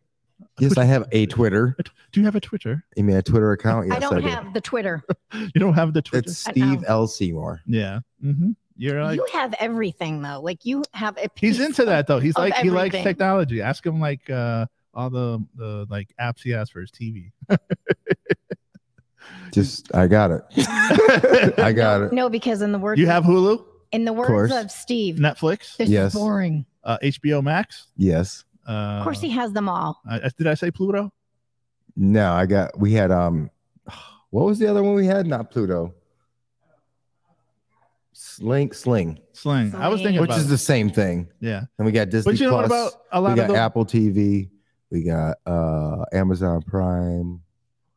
Yes, I have <laughs> a Twitter. Do you have a Twitter? <laughs> You mean a Twitter account? Yes, I I, don't do. have the Twitter. You don't have the Twitter. It's I know. Steve L. Seymour. yeah. hmm You're like you have everything though. Like you have a he's piece into that though. He's of like he likes everything. technology. Ask him like uh all the the like apps he has for his TV. Just I got it. <laughs> I got it. No, because in the words You have Hulu, in the course. words of Steve, Netflix, this Yes. is boring. uh, HBO Max. Yes. Uh, Of course, he has them all. I, I- did I say Pluto? No, I got. We had um, <sighs> what was the other one we had? Not Pluto. Sling, Sling, Sling. I was thinking which about is it. the same thing. yeah. And we got Disney But you know what Plus. about a we lot of got those, Apple TV. We got uh Amazon Prime.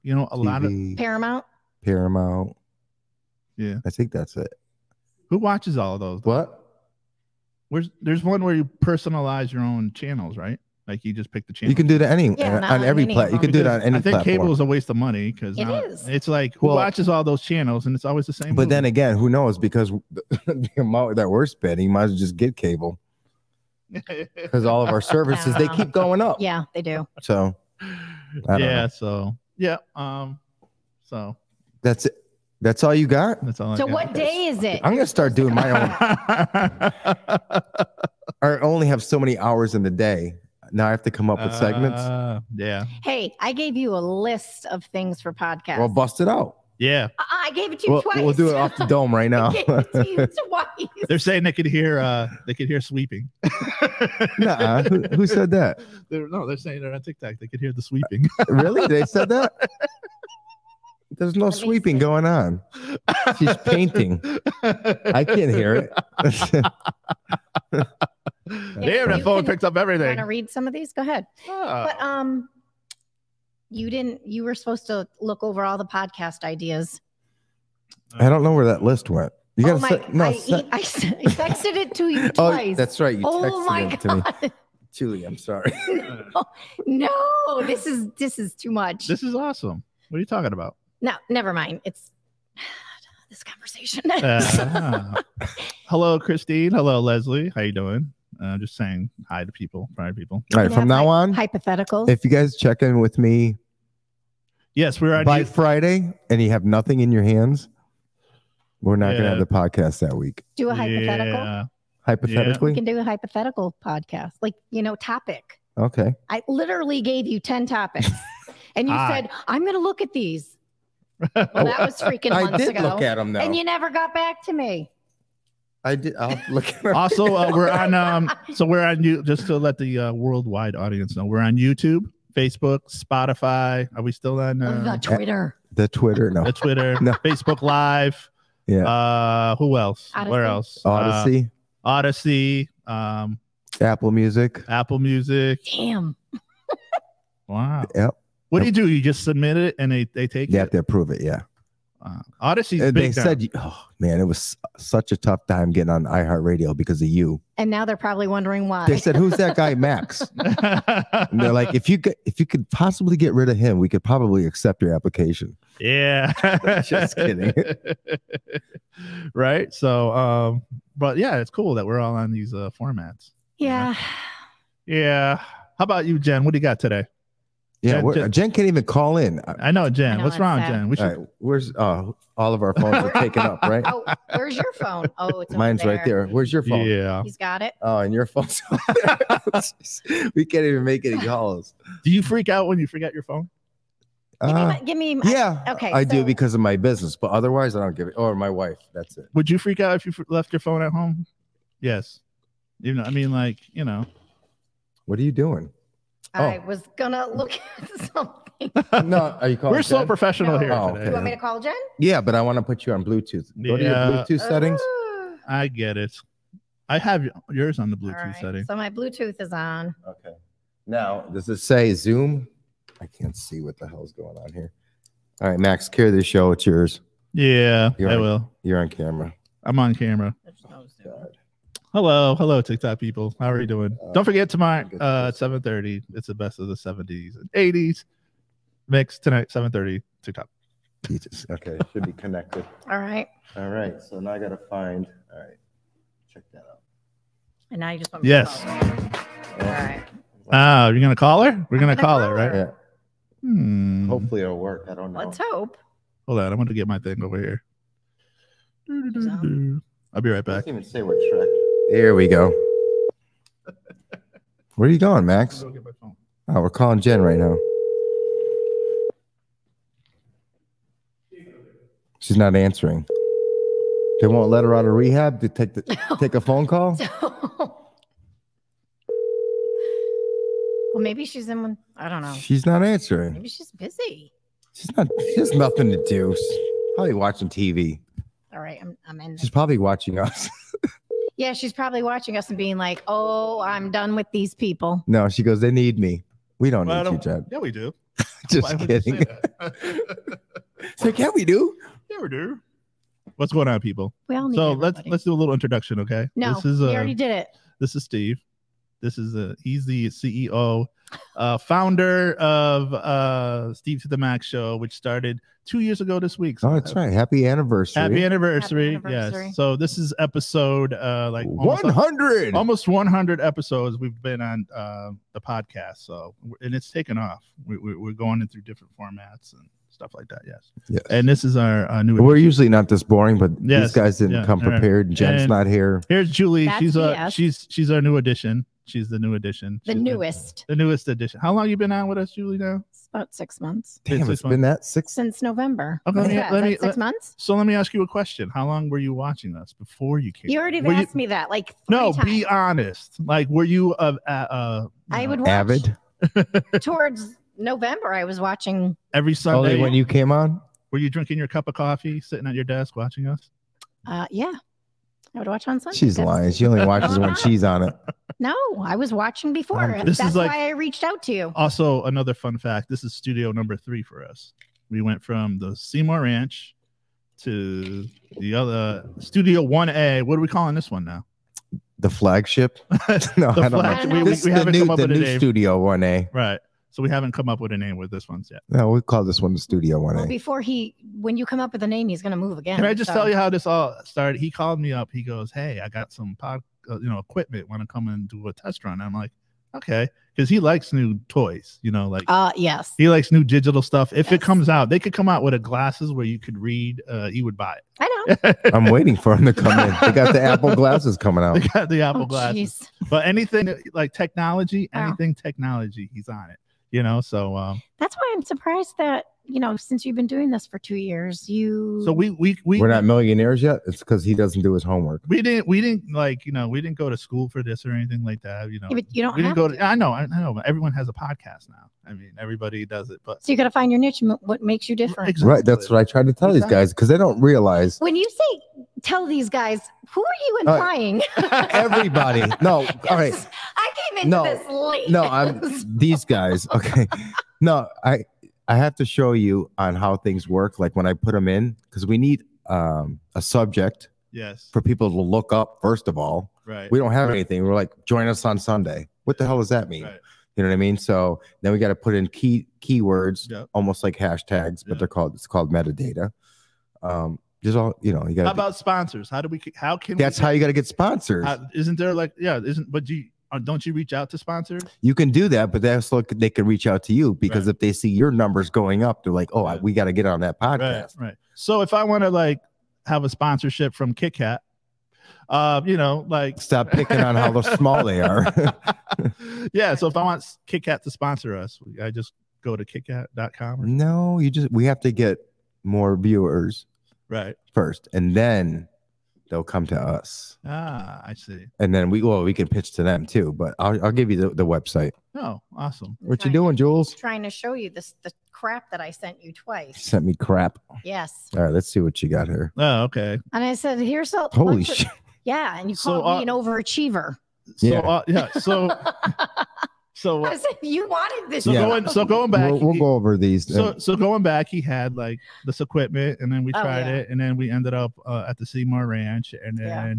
you know a lot of TV, Paramount. Paramount. Yeah. I think that's it. who watches all of those? What? Where's there's one where you personalize your own channels, right? Like you just pick the channel. You can do that any Yeah, on, not on every any plat. You of can do it Because on any I think platform. cable is a waste of money because It is. it's like who Well- watches all those channels and it's always the same. But then movie. again, who knows? Because <laughs> the, the amount that we're spending, you might as well just get cable <laughs> because all of our services they Yeah. keep going up. Yeah, they do. So yeah, I don't know. so yeah, um, so that's it. That's all you got. that's all. So I got. what day is it? I'm gonna start doing my own. <laughs> I only have so many hours in the day. Now I have to come up with segments. Uh, yeah, Hey, I gave you a list of things for podcasts. We'll bust it out. yeah. I-, I gave it to you We'll, twice. we'll do it off the dome right <laughs> I now. gave it <laughs> to you twice. They're saying they could hear. uh They could hear <laughs> sweeping. Nuh-uh. Who, who said that? <laughs> They're, no, they're saying they're on TikTok. They could hear the sweeping. Really? They said that? There's no Let me sweeping see. going on. <laughs> She's <laughs> painting. I can't hear it. <laughs> Damn, that You phone can- picked up You want to everything. read some of these? Go ahead. Ah. Uh, But um, you didn't. You were supposed to look over all the podcast ideas. I don't know where that list went. You gotta oh my! set, no, I, set- e- I s- texted it to <laughs> you oh, twice. that's right. You texted Oh my it to me. god! <laughs> Julie, I'm sorry. No, this is this is too much. This is awesome. What are you talking about? no, never mind. It's <sighs> this conversation. <laughs> Uh, hello, Christine. Hello, Leslie. How you doing? I'm just saying hi to people, hi to people. All right, from now on, hypothetical. if you guys check in with me Yes, we're on. by Friday and you have nothing in your hands, we're not Yeah. gonna have the podcast that week. do a hypothetical. Yeah. We Hypothetically, can do a hypothetical podcast, like you know, topic. okay. I literally gave you <laughs> ten topics, and you Ah. said I'm going to look at these. <laughs> Well, that was freaking Oh, I months did ago, look at them though. and you never got back to me. I did. I'll look <laughs> at 'em. also, uh, we're on. <laughs> Um, so we're on you. Just to let the uh, worldwide audience know, we're on YouTube, Facebook, Spotify. Are we still on What uh, about Oh, Twitter? the Twitter. No, the Twitter, No. Facebook Live? Yeah. Uh, who else? Where Odyssey. else? Uh, Odyssey, Odyssey. Um, Apple Music. Apple Music. Damn. Wow. Yep. What do you do? You just submit it and they, they take You have it. to approve it. Yeah. Uh, Odyssey's And big they now. said, oh, man, it was such a tough time getting on iHeartRadio because of you. And now they're probably wondering why. They said, who's that guy, Max? And they're like, if you could, if you could possibly get rid of him, we could probably accept your application. Yeah. <laughs> Just kidding. <laughs> right. So, um, but yeah, it's cool that we're all on these uh, formats. yeah. Yeah. How about you, Jen? What do you got today? Yeah, Jen- we're- Jen- Jen, can't even call in. Uh, I know, Jen. I know, What's that's wrong, sad. Jen? We all should. right, where's uh, all of our phones are taken up, right? Oh, where's your phone? Oh, <laughs> it's over Mine's right there. Where's your phone? Yeah. He's got it. Oh, and your phone's. <laughs> we can't even make any calls. Do you freak out when you forget your phone? Give me Uh, my- give me, my, yeah, Okay, I do so- because of my business, but otherwise, I don't give it. Or my wife. That's it. Would you freak out if you f- left your phone at home? Yes. You know, I mean, like, you know. What are you doing? I Oh. was gonna look at <laughs> something. <laughs> No, are you calling? We're so Oh, Jen? professional No. here Oh, today. You okay. want me to call Jen? Yeah, but I want to put you on Bluetooth. Go to your Yeah. Bluetooth settings. Ooh. I get it. I have yours on the All Bluetooth right. setting. So my Bluetooth is on. Okay. Now, does it say Zoom? I can't see what the hell's going on here. All right, Max, carry the show. It's yours. Yeah, You're I on- will. You're on camera. I'm on camera. There's no Zoom. God. Hello, hello, TikTok people. How are you doing? Uh, Don't forget tomorrow good. uh, at 7:30. It's the best of the 70s and 80s mix tonight. 7:30 TikTok. Jesus. Okay, should be connected. All right. All right, so now I gotta find. All right, check that out. And now you just want me Yes. to call. All right. Ah, you're gonna call her. We're gonna gonna call her, call right? her. Yeah. Hmm. Hopefully it'll work. I don't know. Let's hope. Hold on, I'm gonna get my thing over here. Zoom. I'll be right back. Doesn't even say what track. There we go. <laughs> Where are you going, Max? Oh, we're calling Jen right now. She's not answering. They won't let her out of rehab to take the, <laughs> take a phone call. So, well, maybe she's in one. I don't know. She's not answering. Maybe she's busy. She's not. She has nothing to do. She's probably watching TV. All right, I'm, I'm in. She's probably watching us. <laughs> Yeah, she's probably watching us and being like, "Oh, I'm done with these people." No, she goes. They need me. We don't Well, I need you, don't- Jen. yeah, we do. <laughs> Why Just would you say kidding. that? <laughs> So can we do? yeah, we do. What's going on, people? We all need. So let's everybody. let's do a little introduction, okay? No, this is we uh, already did it. This is Steve. This is a, he's the CEO, uh, founder of uh, Steve to the Max Show, which started two years ago this week. Oh, that's right. Happy anniversary. Happy anniversary. Happy anniversary. Yes. So this is episode uh, like almost- One hundred. almost 100 episodes we've been on uh, the podcast. So and it's taken off. We, we, we're going in through different formats and stuff like that. Yes. Yes. And this is our uh, new. We're usually not this boring, but Yes, these guys didn't yeah, come all right. prepared. Jen's And- not here. Here's Julie. That's she's uh, BS. she's she's our new addition. She's the new addition. The She's newest. The newest addition. How long you been on with us, Julie? Now. It's about six months Damn, six it's been that six. since November. Okay, What's let me- that? let Is that me- six let- months. So let me ask you a question. How long were you watching us before you came? You already Were asked me that like three No, times. be honest. Like, were you uh, uh, uh you I know, would watch Avid. towards November. I was watching. every Only Sunday? when you came on. were you drinking your cup of coffee, sitting at your desk, watching us? Uh, yeah, I would watch on Sunday. She's That's- lying. She only watches <laughs> when she's on it. No, I was watching before. Um, this is That's like- Oh, why I reached out to you. Also, another fun fact: this is studio number three for us. We went from the Seymour Ranch to the other uh, Studio One A. What are we calling this one now? The <laughs> flagship. <laughs> No, I don't flag- know. flagship. We, This we- we is the haven't new, come up the with a new name, studio one A. right? So we haven't come up with a name with this one yet. No, we call this one the studio one Well, A. before he, when you come up with a name, he's gonna move again. Can I just so- tell you how this all started? He called me up. He goes, "Hey, I got some pod, uh, you know, equipment. Want to come and do a test run?" I'm like, "Okay," because he likes new toys. You know, like Uh, yes. he likes new digital stuff. If it Yes. comes out, they could come out with a glasses where you could read. Uh, he would buy I know. it. <laughs> I'm waiting for him to come in. They <laughs> got the Apple glasses coming out. they got the Apple Oh, glasses. jeez. But anything like technology, Wow. anything technology, he's on it. You know, so um, That's why I'm surprised that you know since you've been doing this for two years, you. so we we <laughs> we We're not millionaires yet. It's because he doesn't do his homework. we didn't we didn't like you know we didn't go to school for this or anything like that. You know, Yeah, but you don't we have didn't go to. to. I know, I I know. But everyone has a podcast now. I mean, everybody does it. But So you got to find your niche and what makes you different. Right. That's what I tried to tell these guys because they don't <laughs> realize When you say tell these guys, who are you Uh, implying? everybody. No. All right. This- <laughs> I came into No, <laughs> this late. No, I'm these guys. Okay. No, I I have to show you on how things work, like when I put them in, because we need um, a subject Yes. for people to look up. First of all, Right. we don't have anything. We're like, join us on Sunday. What the hell does that mean? Right. You know what I mean? So then we got to put in key keywords, Yep. almost like hashtags, but Yeah. they're called it's called metadata. Um, just all you know, you got. How about sponsors? How do we? How can that's we, Uh, how you got to get sponsors. how, isn't there like yeah? Isn't but do you, uh, don't you reach out to sponsors? you can do that, but that's look they can reach out to you because if they see your numbers going up, they're like, oh, I, Right. we got to get on that Right. podcast. Right. So if I want to like have a sponsorship from Kit Kat, uh, you know, like Stop picking on how small they are. <laughs> yeah. So if I want Kit Kat to sponsor us, I just go to kitkat.com. no, you just we have to get more viewers Right. first, and then they'll come to us, Ah, I see. and then we well we can pitch to them too. But I'll, I'll give you the, the website. No, Oh, awesome. What you doing, Jules? Trying to show you this the crap that I sent you She twice. sent me crap. Yes, All right, let's see what you got here. Oh, okay. and I said, "Here's a Holy bunch of- shit! Yeah, and you So, called me an overachiever. So Yeah. yeah. Uh, yeah. So <laughs> I so uh, said, "You wanted this." so Yeah. going so going back. We'll, we'll he- go over these. so uh, so going back, he had like this equipment, and then we Oh, tried yeah. it, and then we ended up uh, at the Seymour Ranch, and then. Yeah.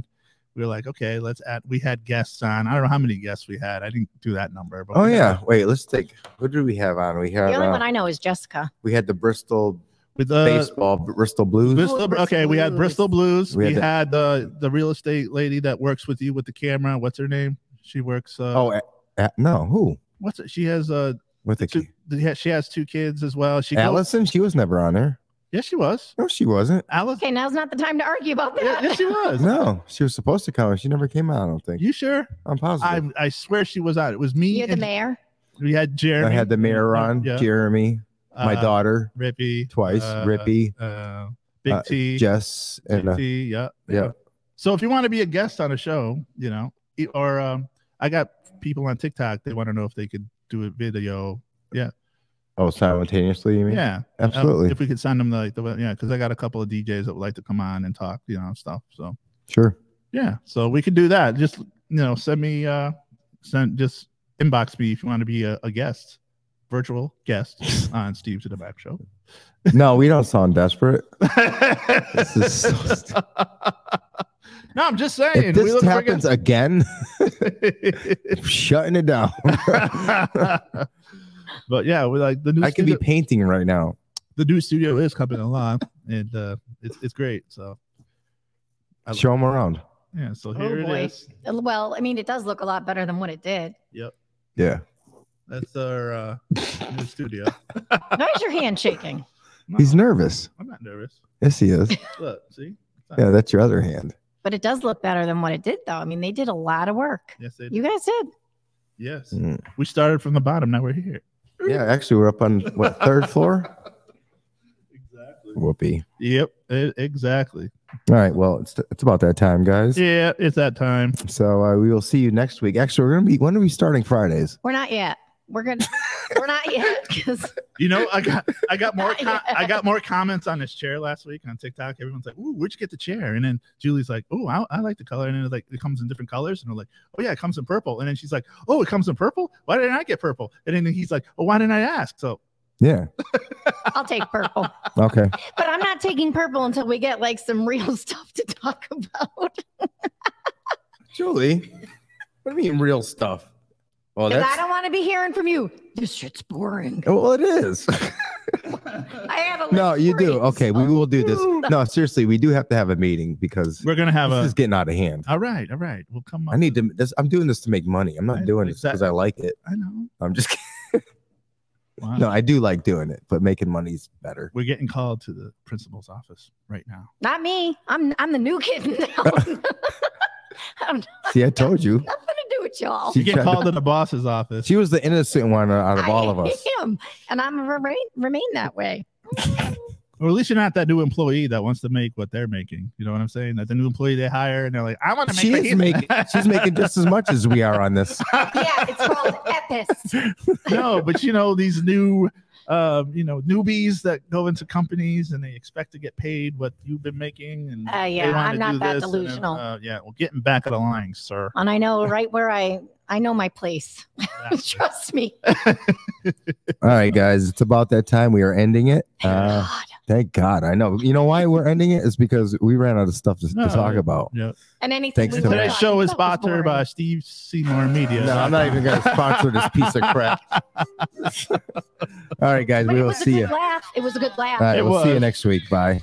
We were like, okay, let's add. We had guests on. I don't know how many guests we had. I didn't do that number. But oh we had- yeah, wait. Let's take. Who did we have on? We the had only one uh, I know is Jessica. we had the Bristol with the baseball Bristol Blues. Uh, Bristol, Blues. okay, we had Bristol Blues. We We had had, the- the the real estate lady that works with you with the camera. What's her name? She works. Uh, oh, a- a- no, who? what's it? She has uh With the two. key? yeah, She has two kids as well. She goes- Allison? She was never on there. Yes, she was. No, she wasn't. Alice. Okay, now's not the time to argue about Yeah, that. yes, she was. No, she was supposed to come. and She never came out. I don't think. You sure? I'm I positive. I swear she was on. It was me. <laughs> You're the and- mayor. We had i Jeremy. Uh, had the mayor on, Yeah. Jeremy, my uh, daughter Rippy twice, uh, Rippy, uh, Big uh, T, Jess, Big and uh, T. Yeah, yeah. So if you want to be a guest on a show, you know, e- or um, I got people on TikTok. They want to know if they could do a video. oh, simultaneously. You mean? Yeah, Um, absolutely. if we could send them like the yeah, because I got a couple of DJs that would like to come on and talk, you know, and stuff. So sure. yeah, so we could do that. Just you know, send me uh, send just inbox me if you want to be a, a guest, virtual <laughs> guest on Steve to the Back Show. No, we don't sound desperate. this is <laughs> so st- no, I'm just saying. If this for happens again, <laughs> guests. shutting it down. <laughs> but yeah, we like the new I could be studio, painting right now. the new studio is coming along, and uh, it's it's great. So I- Show them around. yeah, so Oh, here it boy. is. Well, I mean, it does look a lot better than what it did. Yeah. That's our uh, new studio. Why is your <laughs> hand shaking? No, He's nervous. I'm not nervous. Yes, he is. Look, see. Yeah, that's your other hand. But it does look better than what it did, though. I mean, they did a lot of work. Yes, they, You guys did. yes. Mm. We started from the bottom. Now we're here. <laughs> Yeah, actually, we're up on what third floor? Exactly. Whoopee. Yep. e- exactly. All right. Well, it's it's about that time, guys. Yeah, it's that time. So uh, we will see you next week. Actually, we're gonna be. When are we starting Fridays? We're not yet. We're gonna. we're not yet because You know, I got I got more com- I got more comments on this chair last week on TikTok. Everyone's like, "Ooh, where'd you get the chair?" And then Julie's like, "Oh, I, I like the color." And then it's like it comes in different colors, and they're like, "Oh yeah, it comes in purple." And then she's like, "Oh, it comes in purple. Why didn't I get purple?" And then he's like, "Oh, why didn't I ask?" So Yeah. I'll take purple. Okay. But I'm not taking purple until we get like some real <laughs> stuff to talk Oh, about. <laughs> Julie, what do you mean real stuff? Oh, Well, Because I don't want to be hearing from you. This shit's boring. Oh, Well, it <laughs> is. I had a no, list you for do. Okay, Oh, we will do this. No, seriously, we do have to have a meeting because we're gonna have this is a. getting out of hand. All right, all right. We'll come. Up I need to. This, I'm doing this to make money. I'm not I- doing this because I like it. I know. I'm just. <laughs> Kidding. Wow. No, I do like doing it, but making money's better. We're getting called to the principal's office right now. Not me. I'm I'm the new kid <laughs> <laughs> now. I'm nothing See, I told you. to do with y'all. She You get tried to- called to the boss's office. She was the innocent one out of all of I <laughs> us. am, and I'm gonna remain remain that way. Or at least you're not that new employee that wants to make what they're making. You know what I'm saying? That the new employee they hire and they're like, I want to make. She what is he's making. <laughs> She's making just as much as we are on <laughs> this. Yeah, it's called <laughs> Epis. no, but you know these new, um, you know newbies that go into companies and they expect to get paid what you've been making. And Uh, they yeah, wanna I'm not do that this and, delusional. uh, yeah, well, getting back of the line, sir. <laughs> Uh, And I know right where I I know my place. Trust me. All right, guys, it's about that time. We are ending <sighs> it. Uh, God. thank God. I know. You know why we're ending it? It's because we ran out of stuff to, No. to talk about. Yeah. And anything. Thanks we to would Matt. Today's talk show is about was sponsored by boring. Steve Seymour Media. No, I'm not even going to sponsor this piece of crap. <laughs> All right, guys, But we it will was a see good you. All laugh. It was a good laugh. right, It we'll see you was. next week. Bye.